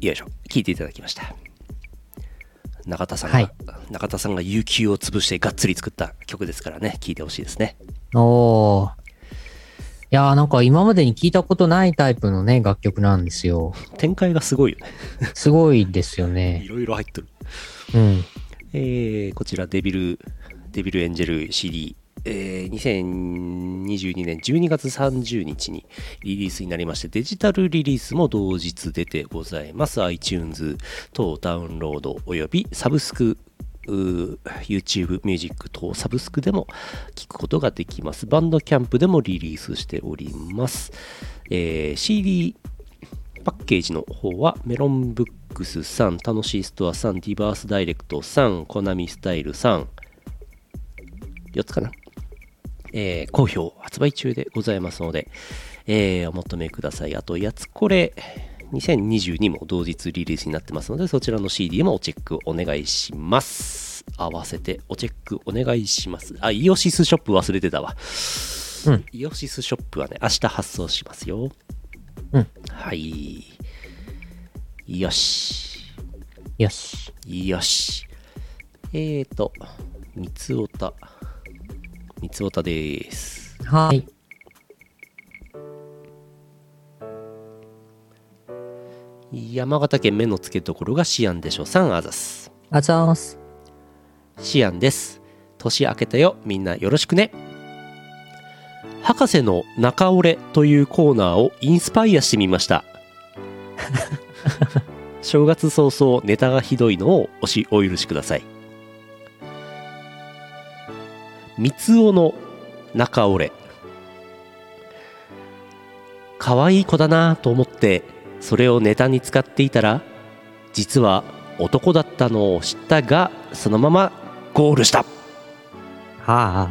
Speaker 3: よいしょ聞いていただきました中田さんが、
Speaker 2: はい
Speaker 3: 中田さんが有給を潰してがっつり作った曲ですからね聞いてほしいですね
Speaker 2: おー。いやーなんか今までに聞いたことないタイプのね、楽曲なんですよ。
Speaker 3: 展開がすごいよね
Speaker 2: すごいですよ
Speaker 3: い
Speaker 2: ね。
Speaker 3: ろいろ入ってる
Speaker 2: うん。
Speaker 3: えーこちらデビル、デビルエンジェル CD、えー2022年12月30日にリリースになりまして、デジタルリリースも同日出てございます。iTunes 等ダウンロードおよびサブスク、うー YouTube ミュージック等サブスクでも聞くことができます。バンドキャンプでもリリースしております。えー CD パッケージの方はメロンブックスさん、楽しいストアさん、ディバースダイレクトさん、コナミスタイルさん、4つかな、えー好評発売中でございますので、えーお求めください。あと、やつこれ2022も同日リリースになってますので、そちらの CD もチェックお願いします。合わせておチェックお願いします。あ、イオシスショップ忘れてたわ。
Speaker 2: うん
Speaker 3: イオシスショップはね、明日発送しますよ。
Speaker 2: うん
Speaker 3: はい。よし。
Speaker 2: よし。
Speaker 3: よし。えーと、三つおた。三つおたです。
Speaker 2: はい。
Speaker 3: 山形県目の付けどころがシアンでしょ。さんあざす。
Speaker 2: あざーす。
Speaker 3: シアンです。年明けたよ。みんなよろしくね。博士の中折れというコーナーをインスパイアしてみました。正月早々ネタがひどいのをおしお許しください。三つおの中折れ。可愛い子だなぁと思ってそれをネタに使っていたら実は男だったのを知ったがそのままゴールした
Speaker 2: はあ。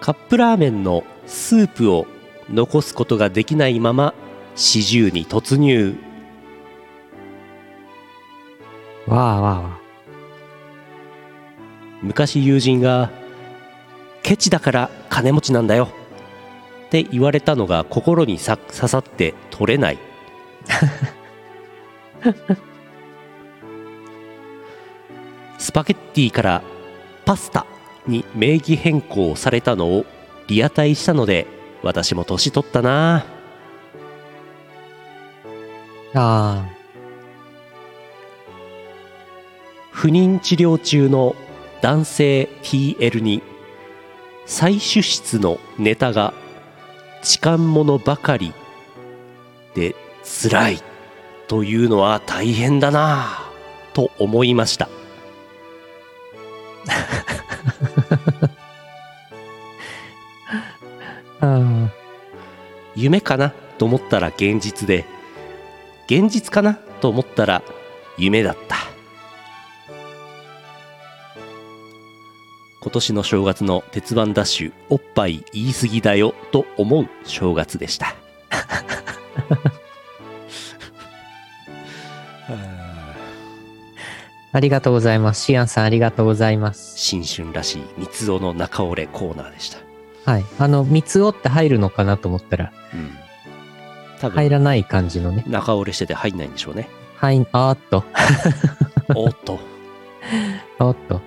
Speaker 3: カップラーメンのスープを残すことができないまま四十に突入
Speaker 2: わあわあわ
Speaker 3: 昔友人が「ケチだから金持ちなんだよ」って言われたのが心にさ刺さって取れないスパゲッティからパスタに名義変更されたのをリアタイしたので私も年取ったなあ
Speaker 2: あ。あ
Speaker 3: 不妊治療中の男性 TL に再出室のネタが痴漢者ばかりで辛いというのは大変だなぁと思いました
Speaker 2: あ。うん。
Speaker 3: 夢かなと思ったら現実で現実かなと思ったら夢だった今年の正月の鉄腕ダッシュおっぱい言い過ぎだよと思う正月でした
Speaker 2: ありがとうございます。シアンさんありがとうございます。
Speaker 3: 新春らしい三つ男の中折れコーナーでした、
Speaker 2: はい。あの、三つ折って入るのかなと思ったら、
Speaker 3: 多
Speaker 2: 入
Speaker 3: 分
Speaker 2: らない感じのね。
Speaker 3: 中折れしてて入んないんでしょうね
Speaker 2: はい、あーっと、
Speaker 3: おっと
Speaker 2: あーっ と。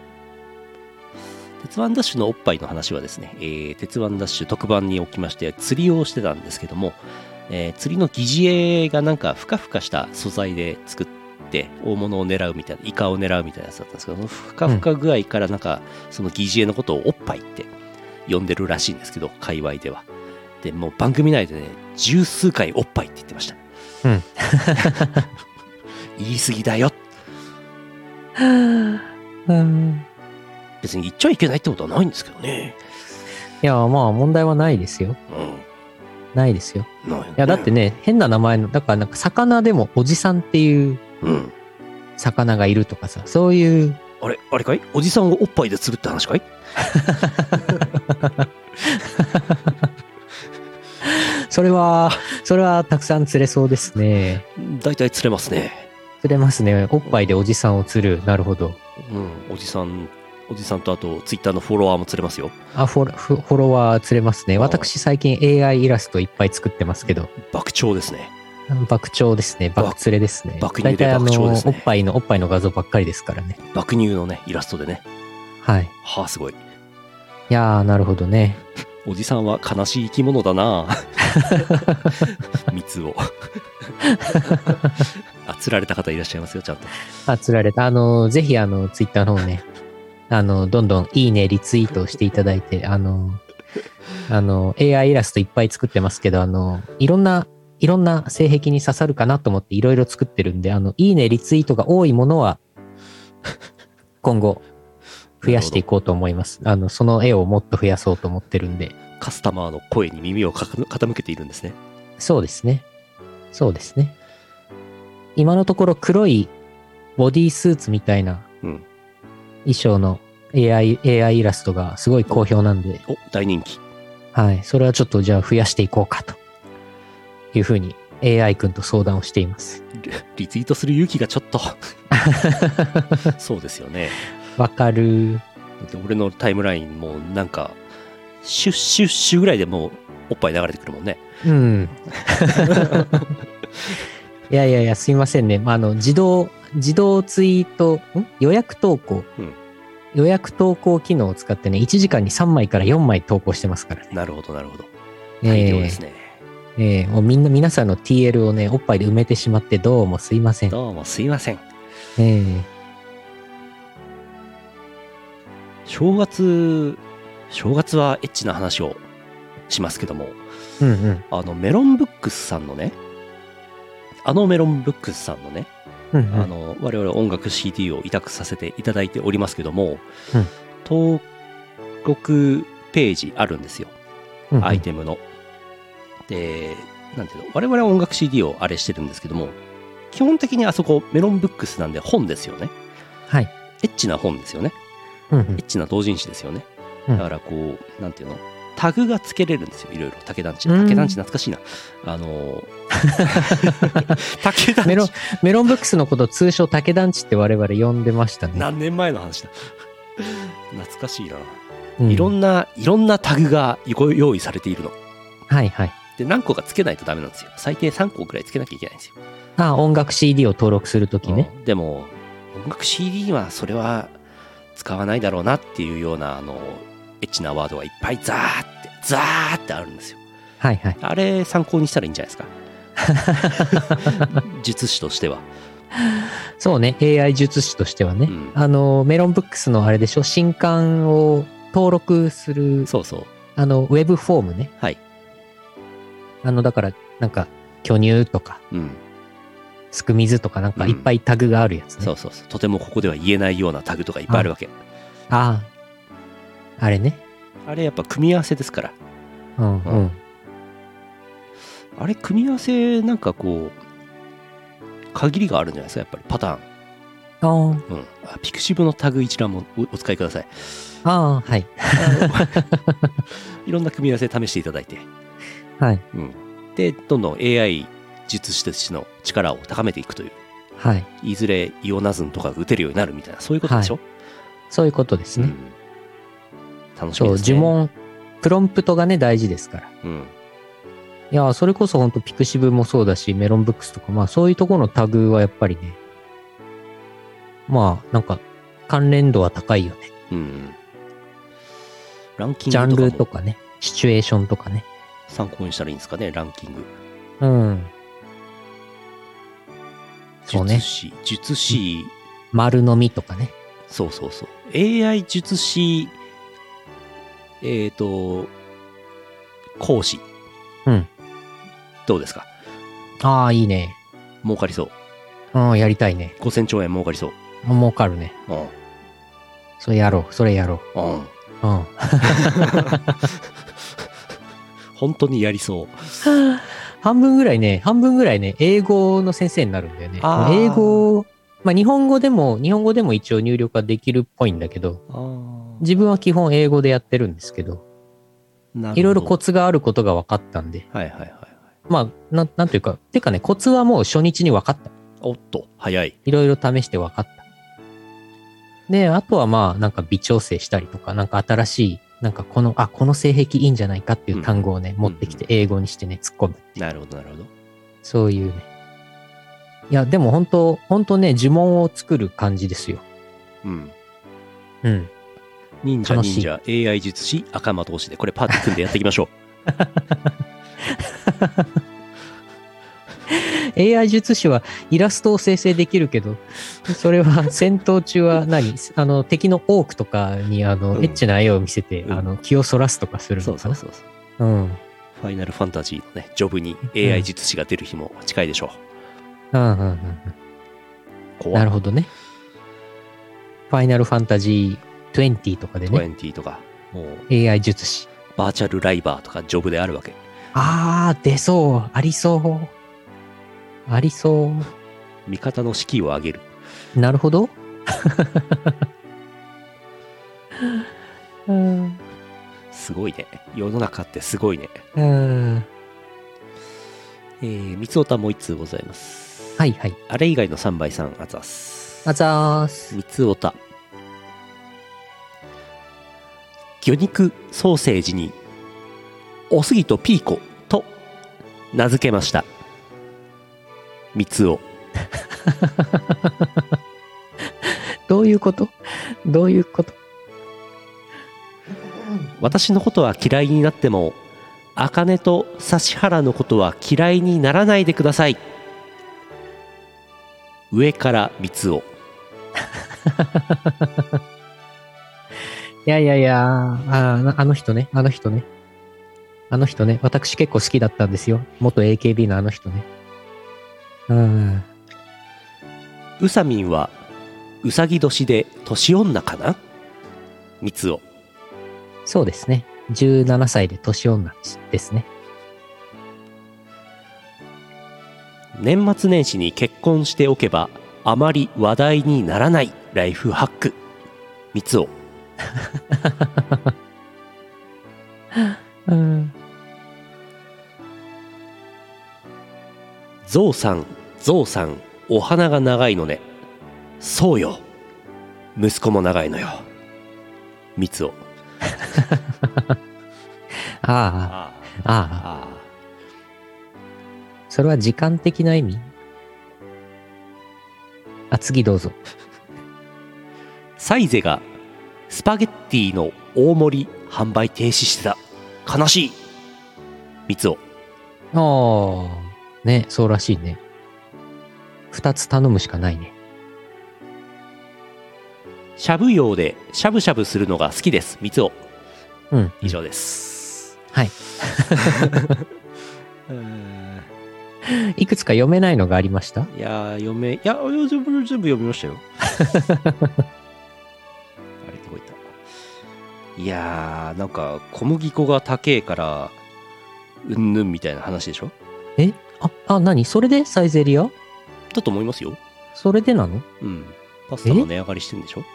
Speaker 3: 鉄腕ダッシュのおっぱいの話はですね、えー鉄腕ダッシュ特番におきまして釣りをしてたんですけども、えー釣りの疑似餌がなんかふかふかした素材で作って大物を狙うみたいなイカを狙うみたいなやつだったんですけどそのふかふか具合からなんかその疑似餌のことをおっぱいって呼んでるらしいんですけど界隈ではでもう番組内でね十数回おっぱいって言ってました
Speaker 2: うん
Speaker 3: 言い過ぎだよ
Speaker 2: うん
Speaker 3: 別に言っちゃいけないってことはないんですけどね
Speaker 2: いや、まあ問題はないですよ。
Speaker 3: う
Speaker 2: ないですよ。
Speaker 3: んない
Speaker 2: いや、だってね、変な名前の、だからなんか魚でもおじさんっていう
Speaker 3: うん
Speaker 2: 魚がいるとかさ、そういう、
Speaker 3: あれあれかいおじさんをおっぱいで釣るって話かい
Speaker 2: それは、それはたくさん釣れそうですね。
Speaker 3: 大体 釣れますね
Speaker 2: 釣れますね。おっぱいでおじさんを釣る。なるほど。
Speaker 3: うんおじさんおじさんとあとツイッターのフォロワーも釣れますよ
Speaker 2: あフォロ、フフォロワー釣れますね。
Speaker 3: あ
Speaker 2: 私最近 AI イラストいっぱい作ってますけど、
Speaker 3: 爆鳥ですね
Speaker 2: 爆鳥ですね。爆釣れですね。
Speaker 3: 爆爆乳で
Speaker 2: 大体あ
Speaker 3: 爆鳥
Speaker 2: の、
Speaker 3: です
Speaker 2: お
Speaker 3: ね
Speaker 2: っぱいの、おっぱいの画像ばっかりですからね。
Speaker 3: 爆乳のねイラストでね
Speaker 2: はい。
Speaker 3: はあすごい
Speaker 2: いやー、なるほどね。
Speaker 3: おじさんは悲しい生き物だ な三つを あ釣られた方いらっしゃいますよちゃんと
Speaker 2: あ、釣られた。あの、ぜひ、あの、ツイッターの方ね、あの、どんどんいいね、リツイートしていただいて、あの、あの、AI イラストいっぱい作ってますけど、あの、いろんな、いろんな性癖に刺さるかなと思っていろいろ作ってるんで、あの、いいね、リツイートが多いものは、 今後、増やしていこうと思います。あの、その絵をもっと増やそうと思ってるんで、
Speaker 3: カスタマーの声に耳をかか傾けているんですね
Speaker 2: そうですね。そうですね。今のところ黒いボディースーツみたいな
Speaker 3: うん
Speaker 2: 衣装の AI, AI イラストがすごい好評なんで、
Speaker 3: お大人気
Speaker 2: はい。それはちょっとじゃあ増やしていこうかというふうに AI 君と相談をしています。
Speaker 3: リリツイートする勇気がちょっ とそうですよね
Speaker 2: わかる。
Speaker 3: で俺のタイムラインもうなんかシュッシュッシュぐらいでもうおっぱい流れてくるもんね
Speaker 2: うん。 いやいやいや、すいませんね。まあ、あの、自動、自動ツイート、ん予約投稿、
Speaker 3: うん
Speaker 2: 予約投稿機能を使ってね、1時間に3枚から4枚投稿してますからね。
Speaker 3: なるほどなるほど
Speaker 2: え
Speaker 3: 大量です
Speaker 2: ね。
Speaker 3: ね、
Speaker 2: ええもうみんな、皆さんの TL をね、おっぱいで埋めてしまって、どうもすいません。え
Speaker 3: どうもすいません
Speaker 2: え
Speaker 3: 正月正月はエッチな話をしますけども
Speaker 2: うんうん。
Speaker 3: あのメロンブックスさんのねあのメロンブックスさんのね、
Speaker 2: うんう
Speaker 3: あ
Speaker 2: ん。
Speaker 3: の我々音楽 CD を委託させていただいておりますけども、
Speaker 2: うん
Speaker 3: 登録ページあるんですよ
Speaker 2: うんうん
Speaker 3: アイテムの。で、なんていうの、我々は音楽 CD をあれしてるんですけども、基本的にあそこメロンブックスなんで本ですよね。
Speaker 2: はい。
Speaker 3: エッチな本ですよね。
Speaker 2: うんう
Speaker 3: エ
Speaker 2: ん
Speaker 3: ッ。チな同人誌ですよね。
Speaker 2: うん
Speaker 3: だからこう、なんていうの、タグがつけれるんですよ、いろいろ。竹団地。
Speaker 2: うん
Speaker 3: 竹団地懐かしいな。あのー、竹団
Speaker 2: メロン
Speaker 3: 地。、
Speaker 2: メロンブックスのことを通称竹団地って我々呼んでましたね。
Speaker 3: 何年前の話だ。懐かしいな。
Speaker 2: うん
Speaker 3: いろんな、いろんなタグがご用意されているの。
Speaker 2: はいはい。
Speaker 3: で、何個かつけないとダメなんですよ。最低3個ぐらいつけなきゃいけないんですよ。
Speaker 2: あ、音楽 CD を登録するときね。
Speaker 3: うんでも音楽 CD はそれは使わないだろうなっていうようなあのエッチなワードがいっぱいザーってザーってあるんですよ
Speaker 2: はいはい。
Speaker 3: あれ参考にしたらいいんじゃないですか術師としては
Speaker 2: そうね、AI 術師としてはね。
Speaker 3: うん
Speaker 2: あの、メロンブックスのあれでしょ、新刊を登録する、
Speaker 3: そうそう
Speaker 2: あの、ウェブフォームね。
Speaker 3: はい
Speaker 2: あの、だから、なんか、巨乳とか、
Speaker 3: うん
Speaker 2: すく水とか、なんか
Speaker 3: うん
Speaker 2: いっぱいタグがあるやつね。
Speaker 3: そうそうそうとてもここでは言えないようなタグとかいっぱいあるわけ
Speaker 2: ああ。あれね。
Speaker 3: あれやっぱ組み合わせですから
Speaker 2: うん
Speaker 3: う
Speaker 2: うんん。
Speaker 3: あれ組み合わせなんかこう限りがあるんじゃないですかやっぱりパターン、
Speaker 2: あー
Speaker 3: うん、あピクシブのタグ一覧もおお使いください
Speaker 2: あー、はい。
Speaker 3: いろんな組み合わせ試していただいて、
Speaker 2: はい。
Speaker 3: うん、でどんどん AI 術師としての力を高めていくという
Speaker 2: はい。
Speaker 3: いずれイオナズンとかが打てるようになるみたいなそういうことでしょ、
Speaker 2: そういうことです
Speaker 3: う
Speaker 2: ね。
Speaker 3: ん、楽しみ
Speaker 2: そう、
Speaker 3: ですね
Speaker 2: 呪、文、プロンプトがね、大事ですから。
Speaker 3: うん、
Speaker 2: いやー、それこそ本当ピクシブもそうだし、メロンブックスとか、まあそういうところのタグはやっぱりね、まあなんか関連度は高いよね。
Speaker 3: うん、ランキン
Speaker 2: ジャン
Speaker 3: グ
Speaker 2: ル
Speaker 3: と
Speaker 2: と
Speaker 3: かも
Speaker 2: かね、シチュエーションとかね。
Speaker 3: 参考にしたらいいんですかねランキング
Speaker 2: うん。そうね
Speaker 3: 術師術師、
Speaker 2: 丸のみとかね。
Speaker 3: そうそうそう AI 術師えっ、と講師
Speaker 2: うん
Speaker 3: どうですか
Speaker 2: ああ、いいね。
Speaker 3: 儲かりそう
Speaker 2: うん、やりたいね。
Speaker 3: 5000兆円儲かりそう。
Speaker 2: 儲かるね。
Speaker 3: う
Speaker 2: それやろう、それやろ
Speaker 3: ん。うん。
Speaker 2: う。うん。
Speaker 3: 本当にやりそう。
Speaker 2: 半分ぐらいね、半分ぐらいね、英語の先生になるんだよね
Speaker 3: あ。ー
Speaker 2: 英語、まあ日本語でも、日本語でも一応入力はできるっぽいんだけど、自分は基本英語でやってるんですけど、いろいろコ
Speaker 3: つ。
Speaker 2: ツがあることが分かったんで、
Speaker 3: はいはいはい。
Speaker 2: まあ、なん、なんというか、てかね、コツはもう初日に分かった。
Speaker 3: おっと、早い。
Speaker 2: いろいろ試して分かった。で、あとはまあ、なんか微調整したりとか、なんか新しい、なんかこの、あ、この性癖いいんじゃないかっていう単語をね、持ってきて
Speaker 3: うん
Speaker 2: 英語にしてね、突っ込む。
Speaker 3: なるほどなるほど
Speaker 2: そういうね。いや、でも本当本当ね、呪文を作る感じですよ。
Speaker 3: うん
Speaker 2: うん。
Speaker 3: 忍者
Speaker 2: 楽し
Speaker 3: 忍
Speaker 2: い
Speaker 3: 者 AI 術師赤間同士でこれパーティー組んでやっていきましょ
Speaker 2: AI 術師はイラストを生成できるけど、それ は戦闘中は何あの、敵のオークとかに、あの、
Speaker 3: うん
Speaker 2: エッチな絵を見せて、
Speaker 3: うん
Speaker 2: あの、気をそらすとかす
Speaker 3: う
Speaker 2: る
Speaker 3: そ
Speaker 2: の
Speaker 3: う
Speaker 2: か
Speaker 3: そう
Speaker 2: な。
Speaker 3: そうそう
Speaker 2: うん。
Speaker 3: ファイナルファンタジーのねジョブに AI 術師が出る日も近いでしょ
Speaker 2: うんうんうん
Speaker 3: う
Speaker 2: うん。
Speaker 3: 怖
Speaker 2: な
Speaker 3: っ
Speaker 2: るほどね。ファイナルファンタジー20とかでね、
Speaker 3: 20とかもう
Speaker 2: AI 術師。
Speaker 3: バーチャルライバーとかジョブであるわけ
Speaker 2: あー、出そう。ありそう。ありそう。
Speaker 3: 味方の士気を上げる
Speaker 2: なるほ ど。うん。
Speaker 3: すごいね世の中ってすごいね
Speaker 2: うん。
Speaker 3: えー、三つおたもう一通ございます
Speaker 2: はいはい。
Speaker 3: あれ以外の3倍さんあざっす
Speaker 2: あざーす。
Speaker 3: 三つおた魚肉ソーセージにおすぎとピーコと名付けました三つお
Speaker 2: どういうことどういうこと
Speaker 3: 私のことは嫌いになっても茜と指原のことは嫌いにならないでください上から三つお
Speaker 2: いやいやいや、あーあの人ね、あの人ね。あの人ね、私結構好きだったんですよ。元 AKB のあの人ね。うん。
Speaker 3: うさみんはうさぎ年で年女かな三つお
Speaker 2: そうですね。17歳で年女ですね。
Speaker 3: 年末年始に結婚しておけばあまり話題にならないライフハック三つお
Speaker 2: うん。
Speaker 3: ゾウさんゾウさんお花が長いのねそうよ息子も長いのよ三つお
Speaker 2: あ
Speaker 3: あ
Speaker 2: あ、ああ。
Speaker 3: あ
Speaker 2: それは時間的な意味あ、次どうぞ。
Speaker 3: サイゼがスパゲッティの大盛り販売停止してた悲しい三つお
Speaker 2: ああ、ね、そうらしいね。二つ頼むしかないね。
Speaker 3: しゃぶ用でしゃぶしゃぶするのが好きです三つお
Speaker 2: うん。
Speaker 3: 以上です
Speaker 2: はい。
Speaker 3: うん
Speaker 2: いくつか読めないのがありました
Speaker 3: いやー、読め、いや、全部、全部読みましたよ。 あれ、どこ行ったいやー、なんか、小麦粉が高えから、うんぬんみたいな話でしょ
Speaker 2: えあ、あ、何それでサイゼリア
Speaker 3: だと思いますよ。
Speaker 2: それでなのう
Speaker 3: うん。パスタが値上がりしてるんでしょ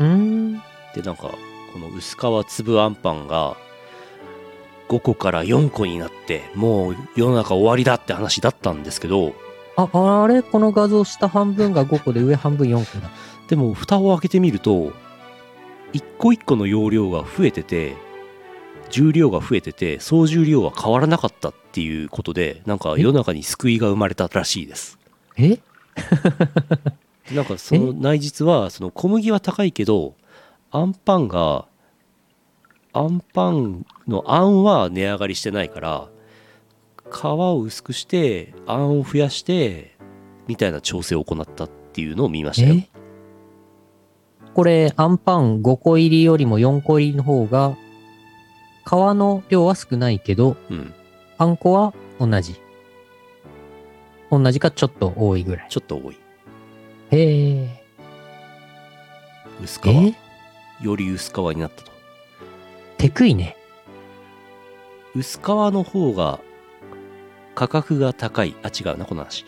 Speaker 2: ーん。
Speaker 3: で、なんか、この薄皮粒あんパンが、5個から4個になって、もう世の中終わりだって話だったんですけど、
Speaker 2: あ、あれこの画像下半分が5個で上半分4個だ。
Speaker 3: でも蓋を開けてみると一個一個の容量が増えてて重量が増えてて総重量は変わらなかったっていうことでなんか世の中に救いが生まれたらしいです
Speaker 2: え
Speaker 3: でなんかその
Speaker 2: え
Speaker 3: 内実はその小麦は高いけどあんパンがあんパンのあんは値上がりしてないから皮を薄くしてあんを増やしてみたいな調整を行ったっていうのを見ましたよ
Speaker 2: えこれ、アンパン5個入りよりも4個入りの方が、皮の量は少ないけど、
Speaker 3: うん
Speaker 2: パン粉は同じ。同じかちょっと多いぐらい。
Speaker 3: ちょっと多い
Speaker 2: へえ。
Speaker 3: 薄皮
Speaker 2: え
Speaker 3: より薄皮になったと
Speaker 2: テクいね。
Speaker 3: 薄皮の方が価格が高いあ違うなこの話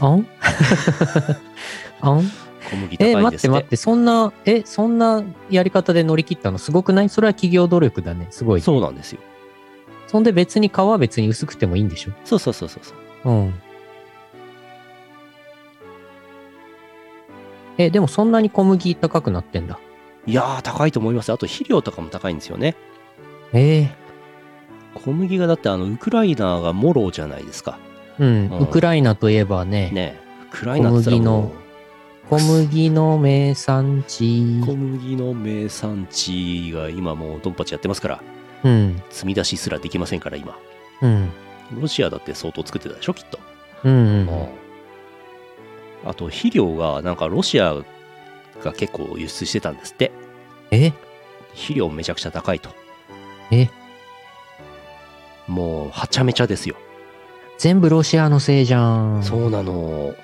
Speaker 2: あん あん
Speaker 3: 小麦高
Speaker 2: え、
Speaker 3: いん
Speaker 2: 待
Speaker 3: で
Speaker 2: っ
Speaker 3: す
Speaker 2: て
Speaker 3: って
Speaker 2: 待って、そんな、え、そんなやり方で乗り切ったのすごくないそれは企業努力だね。すごい。
Speaker 3: そうなんですよ
Speaker 2: そんで別に皮は別に薄くてもいいんでしょ
Speaker 3: そうそうそうそうそう
Speaker 2: うん。え、でもそんなに小麦高くなってんだ。
Speaker 3: いやー、高いと思います。あと肥料とかも高いんですよね。
Speaker 2: え
Speaker 3: 小麦がだってあのウクライナがもろじゃないですか。
Speaker 2: えうん、
Speaker 3: うん
Speaker 2: ウクライナといえばね、
Speaker 3: ねえウクライナって言ったらもう
Speaker 2: 小麦の名産地。
Speaker 3: 小麦の名産地が今もうドンパチやってますから、
Speaker 2: うん、
Speaker 3: 積み出しすらできませんから今。
Speaker 2: うん、
Speaker 3: ロシアだって相当作ってたでしょ、きっと。
Speaker 2: うん、うん。
Speaker 3: あと肥料がなんかロシアが結構輸出してたんですって。
Speaker 2: え
Speaker 3: 肥料めちゃくちゃ高いと。
Speaker 2: え
Speaker 3: もうはちゃめちゃですよ。
Speaker 2: 全部ロシアのせいじゃん。
Speaker 3: そうなの。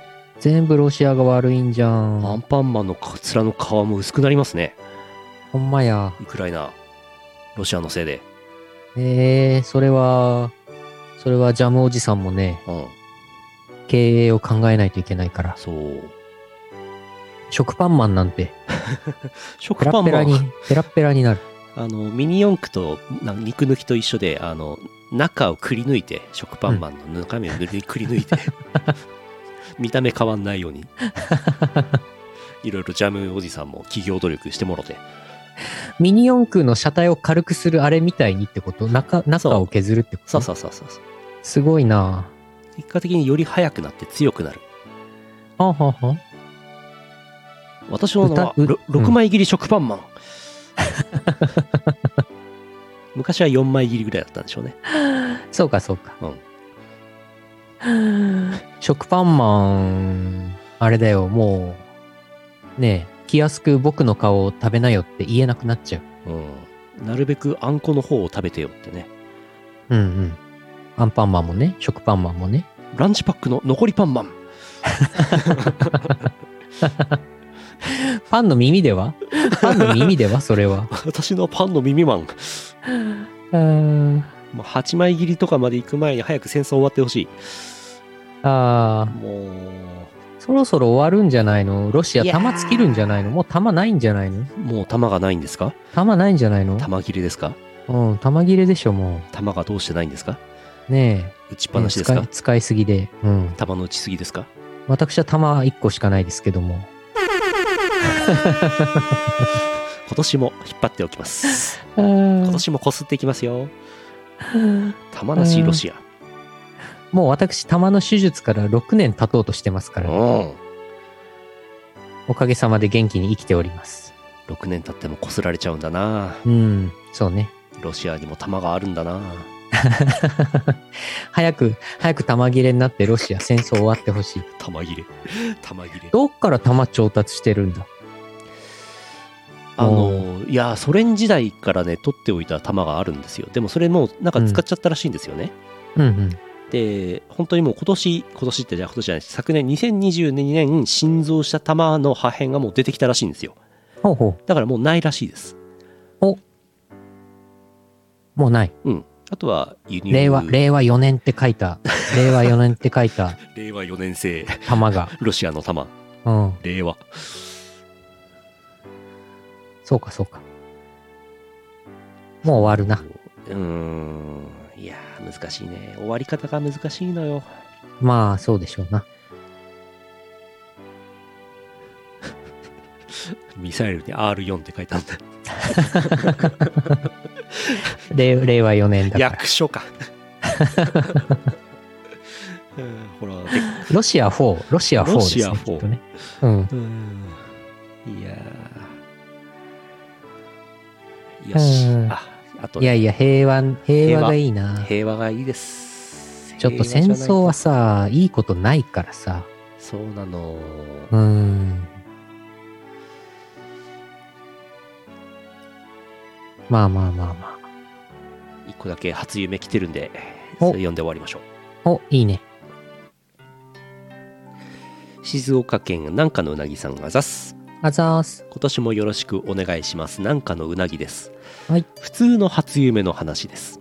Speaker 2: 全部ロシアが悪いんじゃ
Speaker 3: アン
Speaker 2: ん。
Speaker 3: パンマンのかつらの皮も薄くなりますね。
Speaker 2: ほんまや。
Speaker 3: ウクライナ、ロシアのせいで。
Speaker 2: えー、それは、それはジャムおじさんもね、
Speaker 3: うん、
Speaker 2: 経営を考えないといけないから。
Speaker 3: そう。
Speaker 2: 食パンマンなんて、
Speaker 3: 食
Speaker 2: ペラ
Speaker 3: パ
Speaker 2: ッ
Speaker 3: ン
Speaker 2: ペ
Speaker 3: マ
Speaker 2: ラに
Speaker 3: ン、
Speaker 2: ペラッペラになる。
Speaker 3: あのミニ四駆とな肉抜きと一緒であの中をくり抜いて食パンマンの中身を塗りくり抜 いて、見た目変わんないようにいろいろジャムおじさんも企業努力してもろて
Speaker 2: ミニ四駆の車体を軽くするあれみたいにってこと中、中を削るってこと
Speaker 3: さあさあさあさあさあ
Speaker 2: すごいな
Speaker 3: 結果的により速くなって強くなる
Speaker 2: ぁ。はんはんはん
Speaker 3: 私の名は
Speaker 2: 歌う
Speaker 3: ろ6枚切り食パンマ ン、昔は4枚切りぐらいだったんでしょうね
Speaker 2: そうかそうか。
Speaker 3: う
Speaker 2: 食パンマン、あれだよ、もう、ねえ、気安く僕の顔を食べなよって言えなくなっちゃう。
Speaker 3: うんなるべくあんこの方を食べてよってね
Speaker 2: うんうん。アンパンマンもね、食パンマンもね。
Speaker 3: ランチパックの残りパンマン
Speaker 2: パンの耳ではパンの耳ではそれは。
Speaker 3: 私のパンの耳マン
Speaker 2: うーん
Speaker 3: もう8枚切りとかまで行く前に早く戦争終わってほしい。
Speaker 2: ああ、
Speaker 3: も
Speaker 2: そろそろ終わるんじゃないのロシア弾尽きるんじゃないのもう弾ないんじゃないの
Speaker 3: う、もう弾がないんですか
Speaker 2: 弾ないんじゃないの
Speaker 3: 弾切れですか
Speaker 2: うん、弾切れでしょ、も
Speaker 3: 弾がどうしてないんですか
Speaker 2: う。ね
Speaker 3: 打ちっ
Speaker 2: え。
Speaker 3: ぱなしです
Speaker 2: 使
Speaker 3: か、
Speaker 2: い使いすぎで。うん。
Speaker 3: 弾の打ちすぎですか
Speaker 2: 私は弾1個しかないですけども。
Speaker 3: 今年も引っ張っておきます。今
Speaker 2: 今
Speaker 3: 年もこすっていきますよ。弾なしロシア。
Speaker 2: もう私、玉の手術から6年経とうとしてますか
Speaker 3: う
Speaker 2: ら、
Speaker 3: ん。
Speaker 2: おかげさまで元気に生きております。
Speaker 3: 6年経ってもこすられちゃうんだな。
Speaker 2: うん、そうね。
Speaker 3: ロシアにも弾があるんだな。
Speaker 2: 早く、早く玉切れになってロシア戦争終わってほしい。
Speaker 3: 弾切れ。弾切れ。
Speaker 2: どっから玉調達してるんだ
Speaker 3: あの、いや、ソ連時代からね、取っておいた弾があるんですよ。でもそれもうなんか使っちゃったらしいんですよね。
Speaker 2: うんうん。
Speaker 3: で本当にもう今年今年ってじゃあ今年じゃない昨年2022年心臓した弾の破片がもう出てきたらしいんですよ
Speaker 2: ほうほう。
Speaker 3: だからもうないらしいです
Speaker 2: もうない。
Speaker 3: うんあとは輸入
Speaker 2: 令和、令和4年って書い た、令和4年って書いた
Speaker 3: 令和4年生
Speaker 2: 玉 が。
Speaker 3: ロシアの弾
Speaker 2: うん。
Speaker 3: 令和
Speaker 2: そうかそうか。もう終わるな。
Speaker 3: うーんいやー難しいね終わり方が難しいのよ
Speaker 2: まあ、そうでしょうな。
Speaker 3: ミサイルに R4 って書いてあった
Speaker 2: 令令和4年だから。
Speaker 3: 役所か うんほらで
Speaker 2: ロシア4、ロシア4ですね。
Speaker 3: ロシア4
Speaker 2: きっとね。うん。
Speaker 3: うーんいやーよ
Speaker 2: う
Speaker 3: し
Speaker 2: ん
Speaker 3: ああと
Speaker 2: いやいや、平和、平和がいいな。
Speaker 3: 平和がいいです
Speaker 2: ちょっと戦争は
Speaker 3: 平和じ
Speaker 2: さ、いいことないからさ。
Speaker 3: ゃないそうなの
Speaker 2: うーん。まあまあまあま
Speaker 3: 一個だけ初夢来てるんでそ
Speaker 2: お
Speaker 3: れ読んで終わりましょ
Speaker 2: あ。お、いいね。
Speaker 3: う静岡県南下のうなぎさんがざす
Speaker 2: あざーす。
Speaker 3: 今年もよろしくお願いしますなんかのうなぎです、
Speaker 2: はい
Speaker 3: 普通の初夢の話です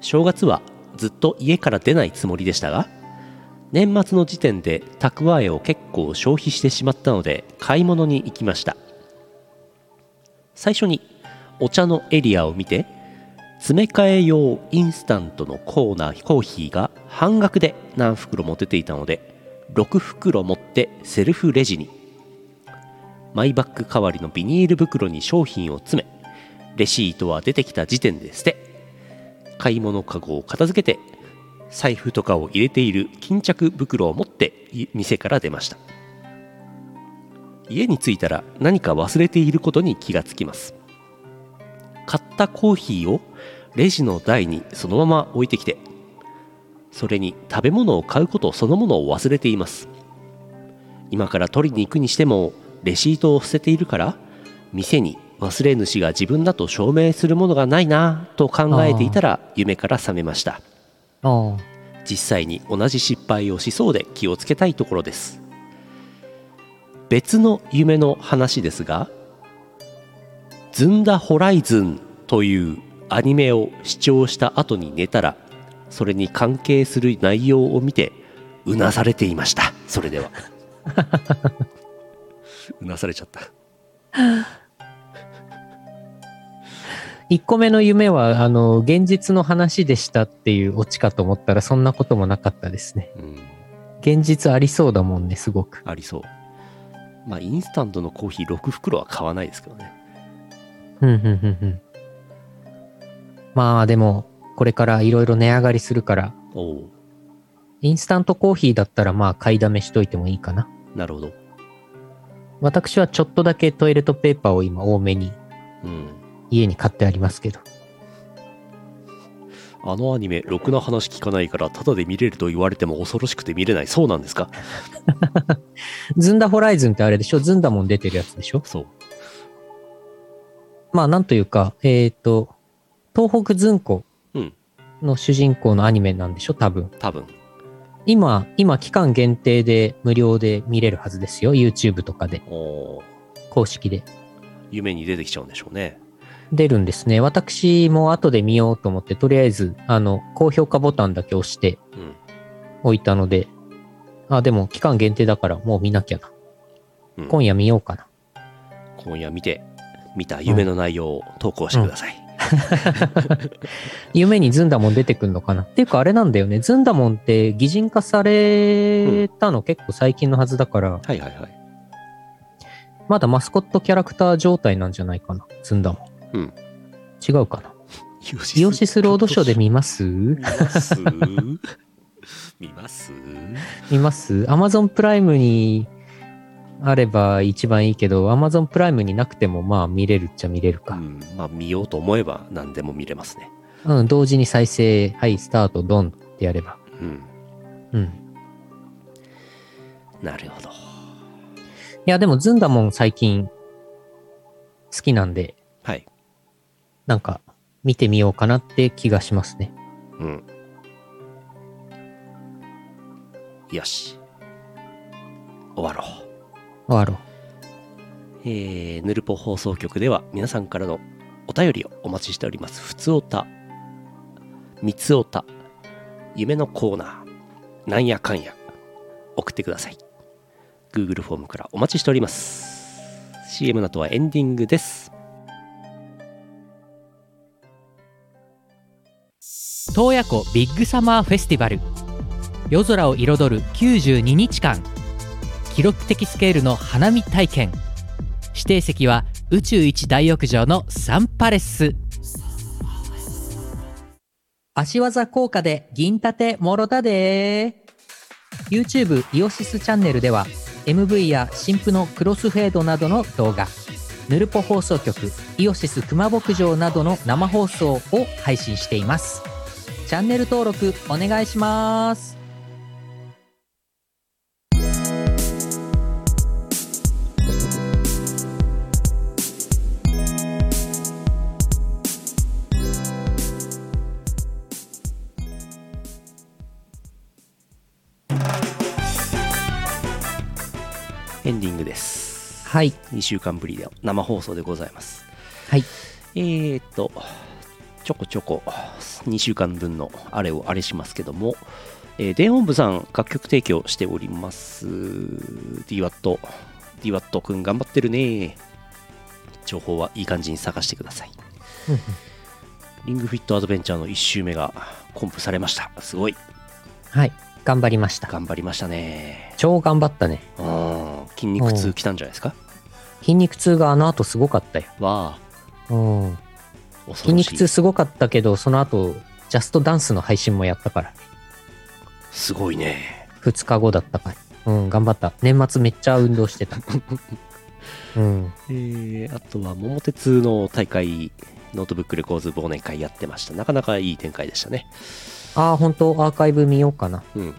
Speaker 3: 正月はずっと家から出ないつもりでしたが年末の時点で蓄えを結構消費してしまったので買い物に行きました最初にお茶のエリアを見て詰め替え用インスタントのコーナーコーヒーが半額で何袋も出ていたので6袋持ってセルフレジにマイバッグ代わりのビニール袋に商品を詰めレシートは出てきた時点で捨て買い物かごを片付けて財布とかを入れている巾着袋を持ってい店から出ました家に着いたら何か忘れていることに気がつきます買ったコーヒーをレジの台にそのまま置いてきてそれに食べ物を買うことそのものを忘れています今から取りに行くにしてもレシートを捨てているから店に忘れ主が自分だと証明するものがないなと考えていたら夢から覚めました
Speaker 2: あ
Speaker 3: 実際に同じ失敗をしそうで気をつけたいところです別の夢の話ですが「ズンダホライズン」というアニメを視聴した後に寝たらそれに関係する内容を見てうなされていましたそれでは うなされちゃった
Speaker 2: 1個目の夢は、あの、現実の話でしたっていうオチかと思ったら、そんなこともなかったですね。
Speaker 3: うん
Speaker 2: 現実ありそうだもんね、すごく。
Speaker 3: ありそうまあインスタントのコーヒー6袋は買わないですけどね
Speaker 2: うん、うん、うん、うん。まあ、でも、これからいろいろ値上がりするから、
Speaker 3: おお
Speaker 2: インスタントコーヒーだったら、まあ、買いだめしといてもいいかな。
Speaker 3: なるほど
Speaker 2: 私はちょっとだけトイレットペーパーを今多めに
Speaker 3: うん
Speaker 2: 家に買ってありますけど。
Speaker 3: あのアニメ、ろくな話聞かないから、ただで見れると言われても恐ろしくて見れない。そうなんですか
Speaker 2: ズンダホライズンってあれでしょズンダモン出てるやつでしょ
Speaker 3: そう。
Speaker 2: まあなんというか、えっ、と、東北ズンコ
Speaker 3: うん
Speaker 2: の主人公のアニメなんでしょ多分。
Speaker 3: 多分。
Speaker 2: 今、今期間限定で無料で見れるはずですよ。YouTube とかで、
Speaker 3: おー
Speaker 2: 公式で。
Speaker 3: 夢に出てきちゃうんでしょうね。
Speaker 2: 出るんですね。私も後で見ようと思って、とりあえず、あの、高評価ボタンだけ押して
Speaker 3: うん。
Speaker 2: おいたので、あ、でも期間限定だからもう見なきゃな。
Speaker 3: うん
Speaker 2: 今夜見ようかな。
Speaker 3: 今夜見て、見た夢の内容を投稿してください。
Speaker 2: 夢にズンダモン出てくんのかなっていうかあれなんだよね。ズンダモンって擬人化されたの結構最近のはずだから、
Speaker 3: はいはいはい。
Speaker 2: まだマスコットキャラクター状態なんじゃないかな。ズンダモン。
Speaker 3: うん
Speaker 2: 違うかな。
Speaker 3: イオシ
Speaker 2: イオシスロードショーで見ます
Speaker 3: 見ます見ます
Speaker 2: 見ますアマゾンプライムにあれば一番いいけど、アマゾンプライムになくてもまあ見れるっちゃ見れる
Speaker 3: う
Speaker 2: か。
Speaker 3: ん。まあ見ようと思えば何でも見れますね。
Speaker 2: うん、同時に再生、はい、スタート、ドンってやれば。
Speaker 3: うん。
Speaker 2: うん。
Speaker 3: なるほど。
Speaker 2: いや、でもズンダモン最近好きなんで、
Speaker 3: はい。
Speaker 2: なんか見てみようかなって気がしますね。
Speaker 3: うん。よし。終わろう。
Speaker 2: 終わろう。
Speaker 3: えー、ヌルポ放送局では皆さんからのお便りをお待ちしております。ふつおた、みつおた、夢のコーナー、なんやかんや、送ってください。Google フォームからお待ちしております。CM の後はエンディングです。
Speaker 4: 洞爺湖ビッグサマーフェスティバル夜空を彩る92日間記録的スケールの花見体験指定席は宇宙一大浴場のサンパレス足技効果で銀盾もろたで YouTube イオシスチャンネルでは MV や新婦のクロスフェードなどの動画ヌルポ放送局イオシス熊牧場などの生放送を配信していますチャンネル登録お願いします
Speaker 3: エンディングです。
Speaker 2: はい。
Speaker 3: 2週間ぶりの生放送でございます。
Speaker 2: はい。
Speaker 3: えーと、ちょこちょこ2週間分のあれをあれしますけども、えー電音部さん楽曲提供しております。DWAT、DWAT くん頑張ってるね。情報はいい感じに探してください。
Speaker 2: うんうん
Speaker 3: リングフィットアドベンチャーの1周目がコンプされました。すごい。
Speaker 2: はい。頑張りました。
Speaker 3: 頑張りましたね
Speaker 2: 超頑張ったね。
Speaker 3: うん筋肉痛きたんじゃないですか
Speaker 2: 筋肉痛があの後すごかったよ。
Speaker 3: わ
Speaker 2: うん。
Speaker 3: あ恐ろしい
Speaker 2: 筋肉痛すごかったけど、その後、ジャストダンスの配信もやったから。
Speaker 3: すごいね
Speaker 2: 2日後だったから。うん、頑張った。年末めっちゃ運動し てた。うん。
Speaker 3: えーあとは桃鉄の大会ノートブックレコーズ忘年会やってましたなかなかいい展開でしたね
Speaker 2: ああ、本当アーカイブ見ようかな。
Speaker 3: うん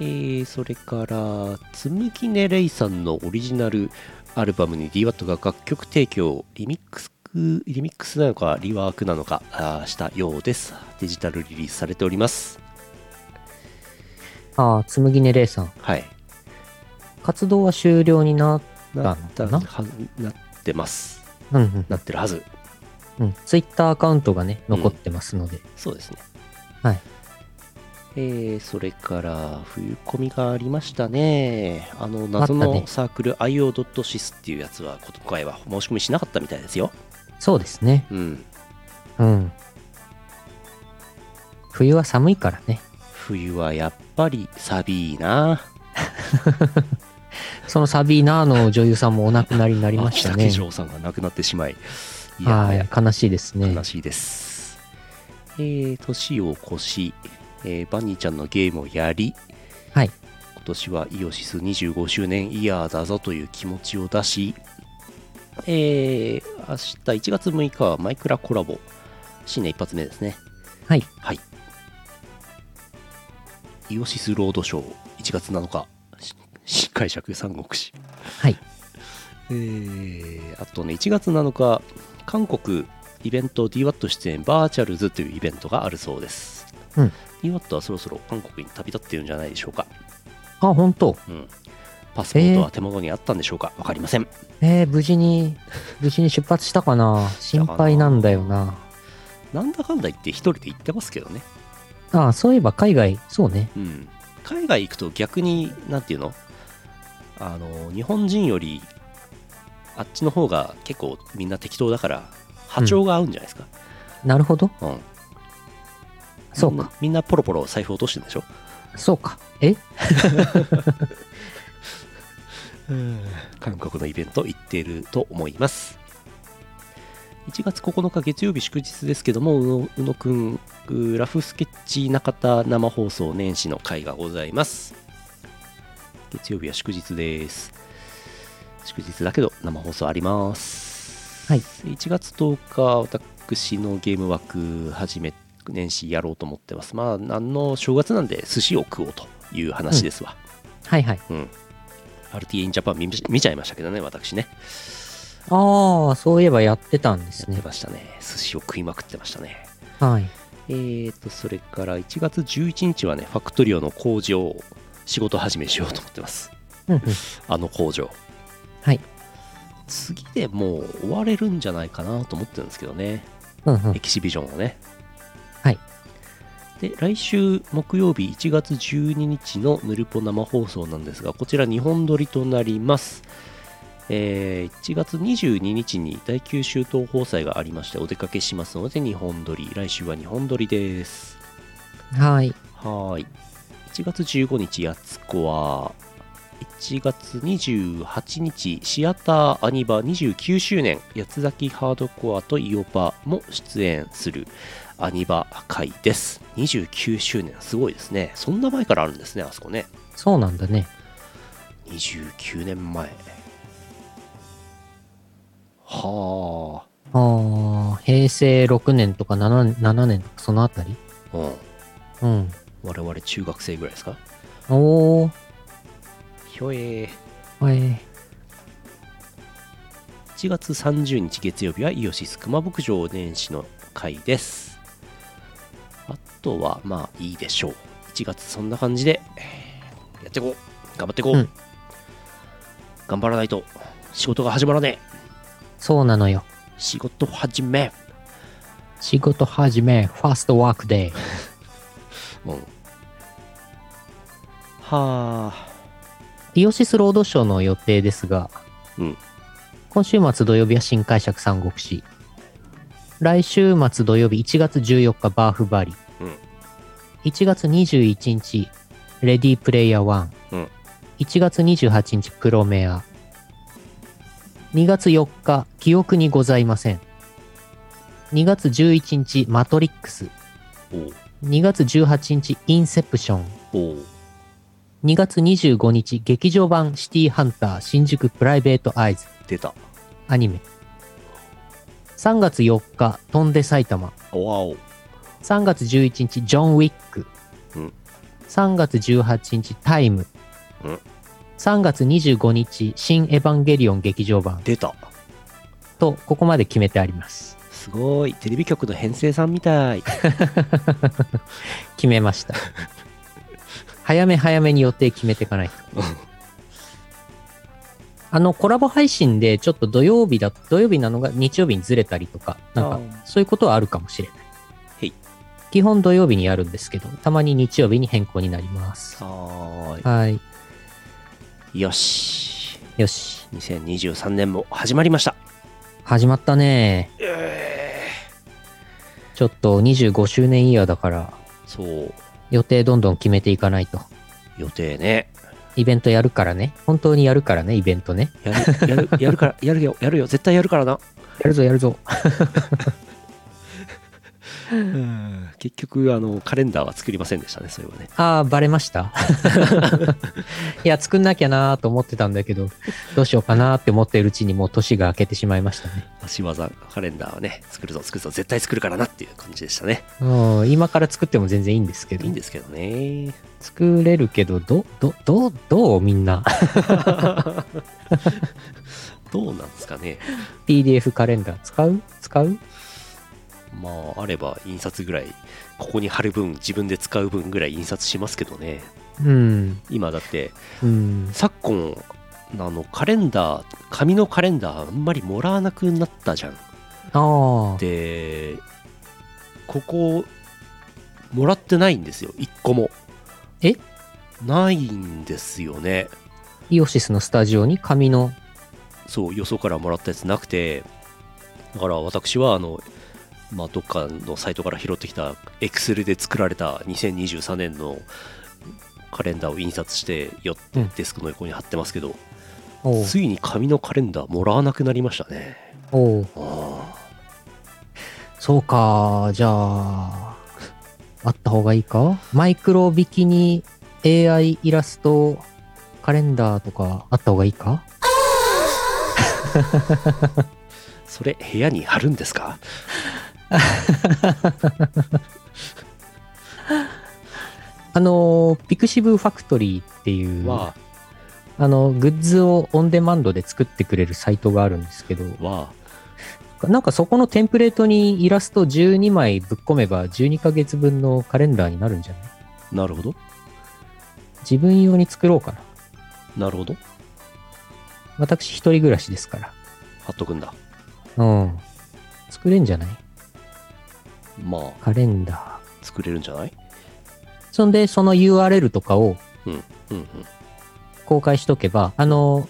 Speaker 3: えーそれからつむぎねレイさんのオリジナルアルバムに DWAT が楽曲提供リミックスリミックスなのかリワークなのかあーしたようですデジタルリリースされております
Speaker 2: ああ、つむぎねれいさん。
Speaker 3: はい
Speaker 2: 活動は終了になったの
Speaker 3: なった
Speaker 2: かな
Speaker 3: はなってます
Speaker 2: うんうん
Speaker 3: なってるはず
Speaker 2: うん。ツイッターアカウントがね、残ってますので。
Speaker 3: そうですね。
Speaker 2: はい。
Speaker 3: えー、それから、冬コミがありましたね。あの、謎
Speaker 2: あった
Speaker 3: の
Speaker 2: ね
Speaker 3: サークル IO.SIS っていうやつは、今回は申し込みしなかったみたいですよ。
Speaker 2: そうですね。
Speaker 3: うん。
Speaker 2: うん。冬は寒いからね。
Speaker 3: 冬はやっぱり寂いな。
Speaker 2: そのサビーナーの女優さんもお亡くなりにな
Speaker 3: あ
Speaker 2: りましたね。
Speaker 3: 城さんが亡くなってしまい。いや
Speaker 2: は
Speaker 3: ー
Speaker 2: い、悲しいですね
Speaker 3: 悲。しいです。えー、年を越し、えーバニーちゃんのゲームをやり、
Speaker 2: はい
Speaker 3: 今年はイオシス25周年イヤーだぞという気持ちを出し、えー、明日1月6日はマイクラコラボ、新年一発目ですね。
Speaker 2: はい。
Speaker 3: はい。イオシスロードショー、1月7日、しし解釈三国志。
Speaker 2: はい。
Speaker 3: えー、あとね、1月7日、韓国イベント DWAT 出演バーチャルズというイベントがあるそうです。
Speaker 2: うん、
Speaker 3: DWAT はそろそろ韓国に旅立ってるんじゃないでしょうか。
Speaker 2: あ、本当。
Speaker 3: うん、パスポートは手元にあったんでしょうか、わかりません。
Speaker 2: えー、無事に、無事に出発したかな心配なんだよな。
Speaker 3: なんだかんだ言って一人で行ってますけどね。
Speaker 2: ああ、そういえば海外、そうね。
Speaker 3: うん、海外行くと逆に、なんていうのあの日本人よりあっちの方が結構みんな適当だから波長が合うんじゃないですか。
Speaker 2: なるほど。
Speaker 3: うん
Speaker 2: そうか。
Speaker 3: みんなポロポロ財布落としてるんでしょ
Speaker 2: そうか。え
Speaker 3: 韓国のイベント行っていると思います1月9日月曜日祝日ですけども宇野宇野くんうラフスケッチ中田生放送年始の会がございます月曜日は祝日です祝日だけど生放送あります、
Speaker 2: はい
Speaker 3: 1月10日私のゲーム枠始め年始やろうと思ってますまあ何の正月なんで寿司を食おうという話ですわ、
Speaker 2: はいはい。
Speaker 3: RTA in Japan 見見ちゃいましたけどね、私ね。
Speaker 2: ああ、そういえばやってたんで
Speaker 3: や
Speaker 2: す
Speaker 3: って
Speaker 2: ね。
Speaker 3: ましたね。寿司を食いまくってましたね。
Speaker 2: はい。
Speaker 3: えーと、それから1月11日はね、ファクトリオの工場を仕事始めしようと思ってます。
Speaker 2: うんうん
Speaker 3: あの工場。
Speaker 2: はい。
Speaker 3: 次でもう終われるんじゃないかなと思ってるんですけどね。
Speaker 2: うんうん
Speaker 3: エキシビジョンをね。
Speaker 2: はい。
Speaker 3: で、来週木曜日1月12日のヌルポ生放送なんですが、こちら2本撮りとなります。えー1月22日に第9州東放祭がありまして、お出かけしますので2本撮り。来週は2本撮りです。
Speaker 2: はい。
Speaker 3: はーい。1月15日、やつこは、1月28日、シアターアニバ29周年、八つ崎ハードコアとイオパも出演するアニバ会です。29周年、すごいですね。そんな前からあるんですね、あそこね。
Speaker 2: そうなんだね。
Speaker 3: 29年前。は
Speaker 2: ああ、平成6年とか 7, 7年とかそのあたり
Speaker 3: あ。うん。
Speaker 2: うん。
Speaker 3: 我々中学生ぐらいですか
Speaker 2: おー、
Speaker 3: ひょえー。
Speaker 2: はい。
Speaker 3: 1月30日月曜日はイオシス熊牧場年始の会ですあとはまあいいでしょう1月そんな感じでえーやっていこう頑張っていこう、
Speaker 2: うん
Speaker 3: 頑張らないと仕事が始まらねえ
Speaker 2: そうなのよ。
Speaker 3: 仕事始め
Speaker 2: 仕事始め、ファーストワークデー。
Speaker 3: うんはあ
Speaker 2: イオシスロードショーの予定ですが、
Speaker 3: うん
Speaker 2: 今週末土曜日は新解釈三国志。来週末土曜日1月14日バーフバリ。
Speaker 3: うん
Speaker 2: 1月21日、レディープレイヤー1。
Speaker 3: うん
Speaker 2: 1月28日、プロメア。2月4日、記憶にございません。2月11日、マトリックス。
Speaker 3: おう
Speaker 2: 2月18日、インセプション。
Speaker 3: おう
Speaker 2: 2月25日、劇場版シティハンター新宿プライベートアイズ
Speaker 3: 出た
Speaker 2: アニメ。3月4日、飛んで埼玉。
Speaker 3: おわお
Speaker 2: 3月11日、ジョン・ウィック。
Speaker 3: うん
Speaker 2: 3月18日、タイム。
Speaker 3: うん
Speaker 2: 3月25日、新エヴァンゲリオン劇場版
Speaker 3: 出た
Speaker 2: と、ここまで決めてあります。
Speaker 3: すごいテレビ局の編成さんみたい
Speaker 2: 決めました。 早め早めに予定決めていかないと。あの、コラボ配信で、ちょっと土曜日だ、土曜日なのが日曜日にずれたりとか、なん
Speaker 3: あ
Speaker 2: か
Speaker 3: ー、
Speaker 2: そういうことはあるかもしれない。
Speaker 3: へい
Speaker 2: 基本土曜日にやるんですけど、たまに日曜日に変更になります。
Speaker 3: はー
Speaker 2: はい。
Speaker 3: いよし
Speaker 2: よし。
Speaker 3: 2023年も始まりました
Speaker 2: 始まったね。ちょっと25周年イヤーだから、
Speaker 3: そう
Speaker 2: 予定どんどん決めていかないと。
Speaker 3: 予定ね
Speaker 2: イベントやるからね。本当にやるからね、イベントね。
Speaker 3: やる やるやるからやるよやるよ絶対やるからな
Speaker 2: やるぞ、やるぞ。
Speaker 3: 結局あのカレンダーは作りませんでしたねそれはね
Speaker 2: ああ、バレました いや、作んなきゃなーと思ってたんだけど、どうしようかなーって思ってるうちにもう年が明けてしまいましたね。
Speaker 3: 足技カレンダーはね作るぞ作るぞ絶対作るからなっていう感じでしたね
Speaker 2: うん、今から作っても全然いいんですけ
Speaker 3: いい
Speaker 2: ど
Speaker 3: ん。ですけどね
Speaker 2: 作れるけど、ど、ど、どう、どうみんな。
Speaker 3: どうなんですかね
Speaker 2: PDF カレンダー使う使う
Speaker 3: まああれば印刷ぐらいここに貼る分自分で使う分ぐらい印刷しますけどね
Speaker 2: うん。
Speaker 3: 今だって
Speaker 2: うん。
Speaker 3: 昨今あのカレンダー紙のカレンダーあんまりもらわなくなったじゃん
Speaker 2: ああ。
Speaker 3: でここもらってないんですよ一個も
Speaker 2: え
Speaker 3: ないんですよね
Speaker 2: イオシスのスタジオに紙の。
Speaker 3: そうよそからもらったやつなくてだから私はあの、まあ、どっかのサイトから拾ってきた Excel で作られた2023年のカレンダーを印刷してよって
Speaker 2: うん
Speaker 3: デスクの横に貼ってますけど、
Speaker 2: おう
Speaker 3: ついに紙のカレンダーもらわなくなりましたね
Speaker 2: おう
Speaker 3: ああ
Speaker 2: そうか。じゃあ、あった方がいいかマイクロビキニ AI イラストカレンダーとかあった方がいいか
Speaker 3: それ部屋に貼るんですか
Speaker 2: あの、ピクシブファクトリーっていう、
Speaker 3: わ
Speaker 2: あの、グッズをオンデマンドで作ってくれるサイトがあるんですけど、
Speaker 3: あわあ
Speaker 2: なんかそこのテンプレートにイラスト12枚ぶっ込めば12ヶ月分のカレンダーになるんじゃない
Speaker 3: なるほど
Speaker 2: 自分用に作ろうかな。
Speaker 3: なるほど
Speaker 2: 私一人暮らしですから。
Speaker 3: 貼っとくんだ
Speaker 2: うん。作れんじゃない
Speaker 3: まあ
Speaker 2: カレンダー。
Speaker 3: 作れるんじゃない
Speaker 2: そんで、その URL とかを
Speaker 3: うんうん
Speaker 2: 公開しとけば、あの、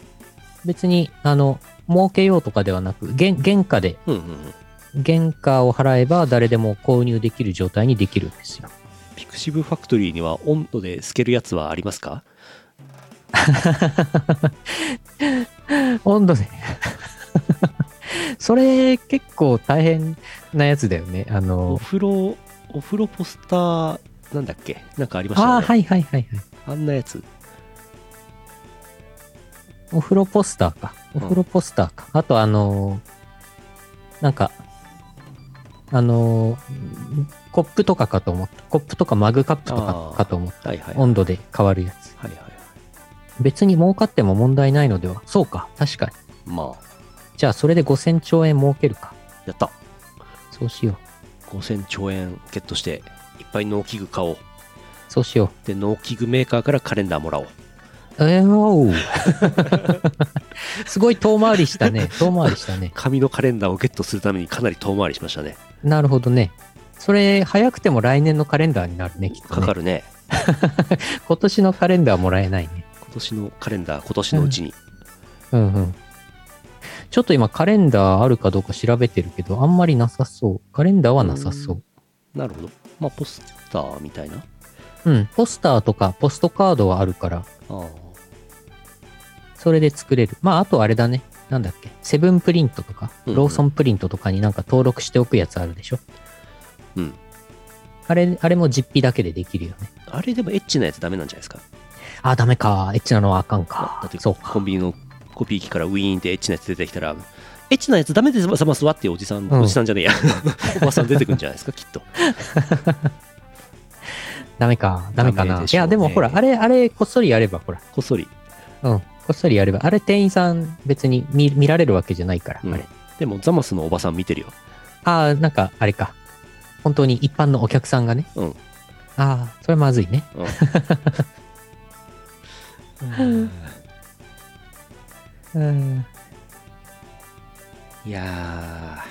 Speaker 2: 別に、あの、儲けようとかではなく、原原価で、
Speaker 3: うんうんうん
Speaker 2: 原価を払えば誰でも購入できる状態にできるんですよ。
Speaker 3: ピクシブファクトリーには温度で透けるやつはありますか
Speaker 2: 温度で。 それ、結構大変なやつだよね。あ
Speaker 3: お
Speaker 2: の、
Speaker 3: 風呂お風呂ポスターなんだっけなんかありましたよね
Speaker 2: ああー、はいはいはいはい。
Speaker 3: あんなやつ
Speaker 2: お風呂ポスターか。お風呂ポスターか。あと、あのーなんか、あのーコップとかかと思った。コップとかマグカップと
Speaker 3: あ
Speaker 2: か
Speaker 3: ー
Speaker 2: かと思った。
Speaker 3: はいはいはい
Speaker 2: 温度で変わるやつ。
Speaker 3: はいはい
Speaker 2: 別に儲かっても問題ないのでは。そうか。確かに。
Speaker 3: まあ
Speaker 2: じゃあ、それで5000兆円儲けるか。
Speaker 3: やった
Speaker 2: そうしよう。
Speaker 3: 5000兆円ゲットしていっぱい農機具買おう
Speaker 2: そうしよ
Speaker 3: で農機具メーカーからカレンダーもらおう
Speaker 2: う。えー、おう すごい遠回りしたね。遠回りしたね。
Speaker 3: 紙のカレンダーをゲットするためにかなり遠回りしましたね
Speaker 2: なるほどね。それ、早くても来年のカレンダーになるね、きっと、ね。
Speaker 3: かかるね
Speaker 2: 今年のカレンダーもらえないね。
Speaker 3: 今年のカレンダー今年のうちに、
Speaker 2: うんうん。ちょっと今カレンダーあるかどうか調べてるけど、あんまりなさそう。カレンダーはなさそう。
Speaker 3: なるほどまあポスターみたいな
Speaker 2: うん、ポスターとかポストカードはあるから、
Speaker 3: あ
Speaker 2: それで作れる。まあ、あとあれだね。なんだっけ。セブンプリントとか、
Speaker 3: うんうん
Speaker 2: ローソンプリントとかになんか登録しておくやつあるでしょ。
Speaker 3: うん
Speaker 2: あれ、あれも実費だけでできるよね。
Speaker 3: あれでもエッチなやつダメなんじゃないですか
Speaker 2: あ、ダメか。エッチなのはあかんか
Speaker 3: だって。
Speaker 2: そう
Speaker 3: コ
Speaker 2: か
Speaker 3: ン。ビニのコピー機からウィーンってエッチなやつ出てきたらエッチなやつダメでざますわっておじさん、
Speaker 2: うん
Speaker 3: おじさんじゃねえや おばさん出てくるんじゃないですかきっと
Speaker 2: ダメか。ダメか
Speaker 3: ダ
Speaker 2: な。
Speaker 3: メでし
Speaker 2: い
Speaker 3: ょうね
Speaker 2: や、でもほら、あれ、あれ、こっそりやれば、ほら。
Speaker 3: こっそり、
Speaker 2: うん。こっそりやれば。あれ、店員さん別に見見られるわけじゃないから。
Speaker 3: うん
Speaker 2: あれ。
Speaker 3: でもザマスのおばさん見てるよ
Speaker 2: ああ、なんか、あれか。本当に一般のお客さんがね。
Speaker 3: うん
Speaker 2: ああ、それまずいね。うん。
Speaker 3: いや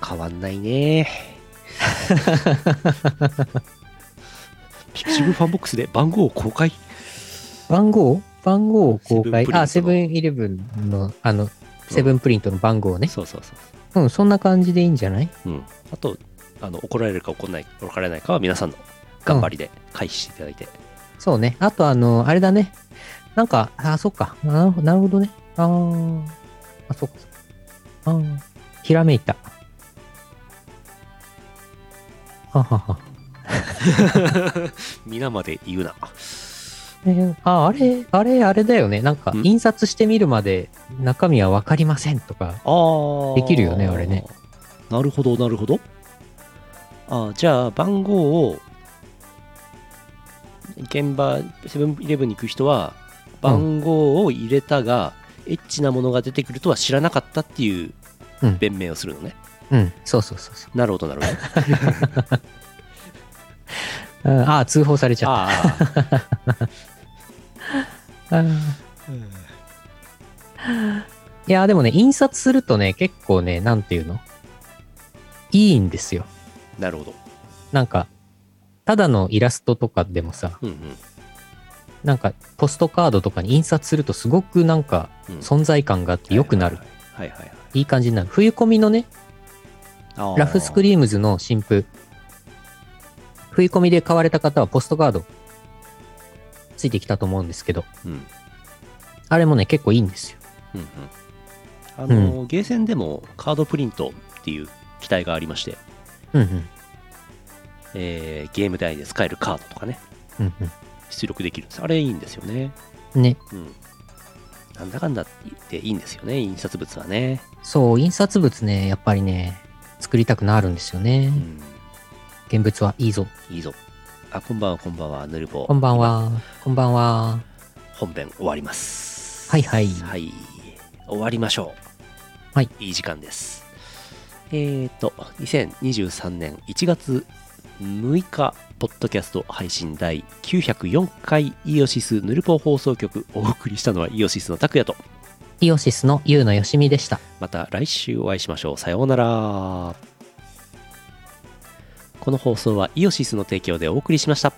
Speaker 3: ー変わんな いねピクシブファンボックスで番号を公開
Speaker 2: 番号番号を公開。あ、セ
Speaker 3: セブ
Speaker 2: ブ
Speaker 3: ン
Speaker 2: ンイレブンの、あの、セブンプリントの番号ね。
Speaker 3: そうそうそ、
Speaker 2: うん、そんな感じでいいんじゃないう
Speaker 3: うん、あとあの怒られるか怒らない怒られないかは皆さんの頑張りで回避していただいて、
Speaker 2: そうね。あと、あの、あれだね。なんか、あ、そっか。なるほなるほどね。あー。あ、そっかそっか。あー。ひらめいた。ははは。
Speaker 3: 皆まで言うな
Speaker 2: えーあ、あれ、あれ、あれだよね。なんか
Speaker 3: ん、
Speaker 2: 印刷してみるまで中身はわかりませんとか。
Speaker 3: ああ
Speaker 2: できるよねあれね
Speaker 3: なるほどなるほどあーじゃあ番号を現場セブンイレブンに行く人は番号を入れたが、エッチなものが出てくるとは知らなかったっていう
Speaker 2: うん
Speaker 3: 弁明をするのね、
Speaker 2: うん、そうそうそうそう。
Speaker 3: なるほどな るほど
Speaker 2: うんあー、通報されちゃっ
Speaker 3: あーあー
Speaker 2: た。あーいや、でもね、印刷するとね、結構ね、なんていうのいいんですよ。
Speaker 3: なるほど、
Speaker 2: なんか、ただのイラストとかでもさ、
Speaker 3: うんうん
Speaker 2: なんか、ポストカードとかに印刷するとすごくなんか、
Speaker 3: うん
Speaker 2: 存在感があって良くなる。
Speaker 3: はいはいはい
Speaker 2: いい感じになる。冬コミのね、
Speaker 3: はい
Speaker 2: ラフスク
Speaker 3: リ
Speaker 2: リームズの新譜。冬コミで買われた方はポストカード、ついてきたと思うんですけど、
Speaker 3: ーン、うん
Speaker 2: あれもね、結構いいんですよ。
Speaker 3: うんうんあのーゲーセンでもカードプリントっていう機体がありまして、
Speaker 2: うんうん。
Speaker 3: えーゲーム内で使えるカードとかね
Speaker 2: うん
Speaker 3: 出力できるんですあれいいんですよね
Speaker 2: うん。ね、
Speaker 3: うんなんだかんだ言っていいんですよね印刷物はね
Speaker 2: そう、印刷物ね、やっぱりね、作りたくなるんですよね
Speaker 3: う。ん
Speaker 2: 現物はいいぞ。
Speaker 3: いいぞあこんばんはこんばんはぬるぼ
Speaker 2: こんばんは。こんばんは。
Speaker 3: 本編終わります
Speaker 2: はいはい
Speaker 3: はい終わりましょう
Speaker 2: はい
Speaker 3: いい時間ですえっ、ー、と2023年1月6日ポッドキャスト配信第904回イオシスヌルポ放送局お送りしたのはイオシスの拓也と
Speaker 2: イオシスのゆうのよしみでした。
Speaker 3: また来週お会いしましょうさようならこの放送はイオシスの提供でお送りしました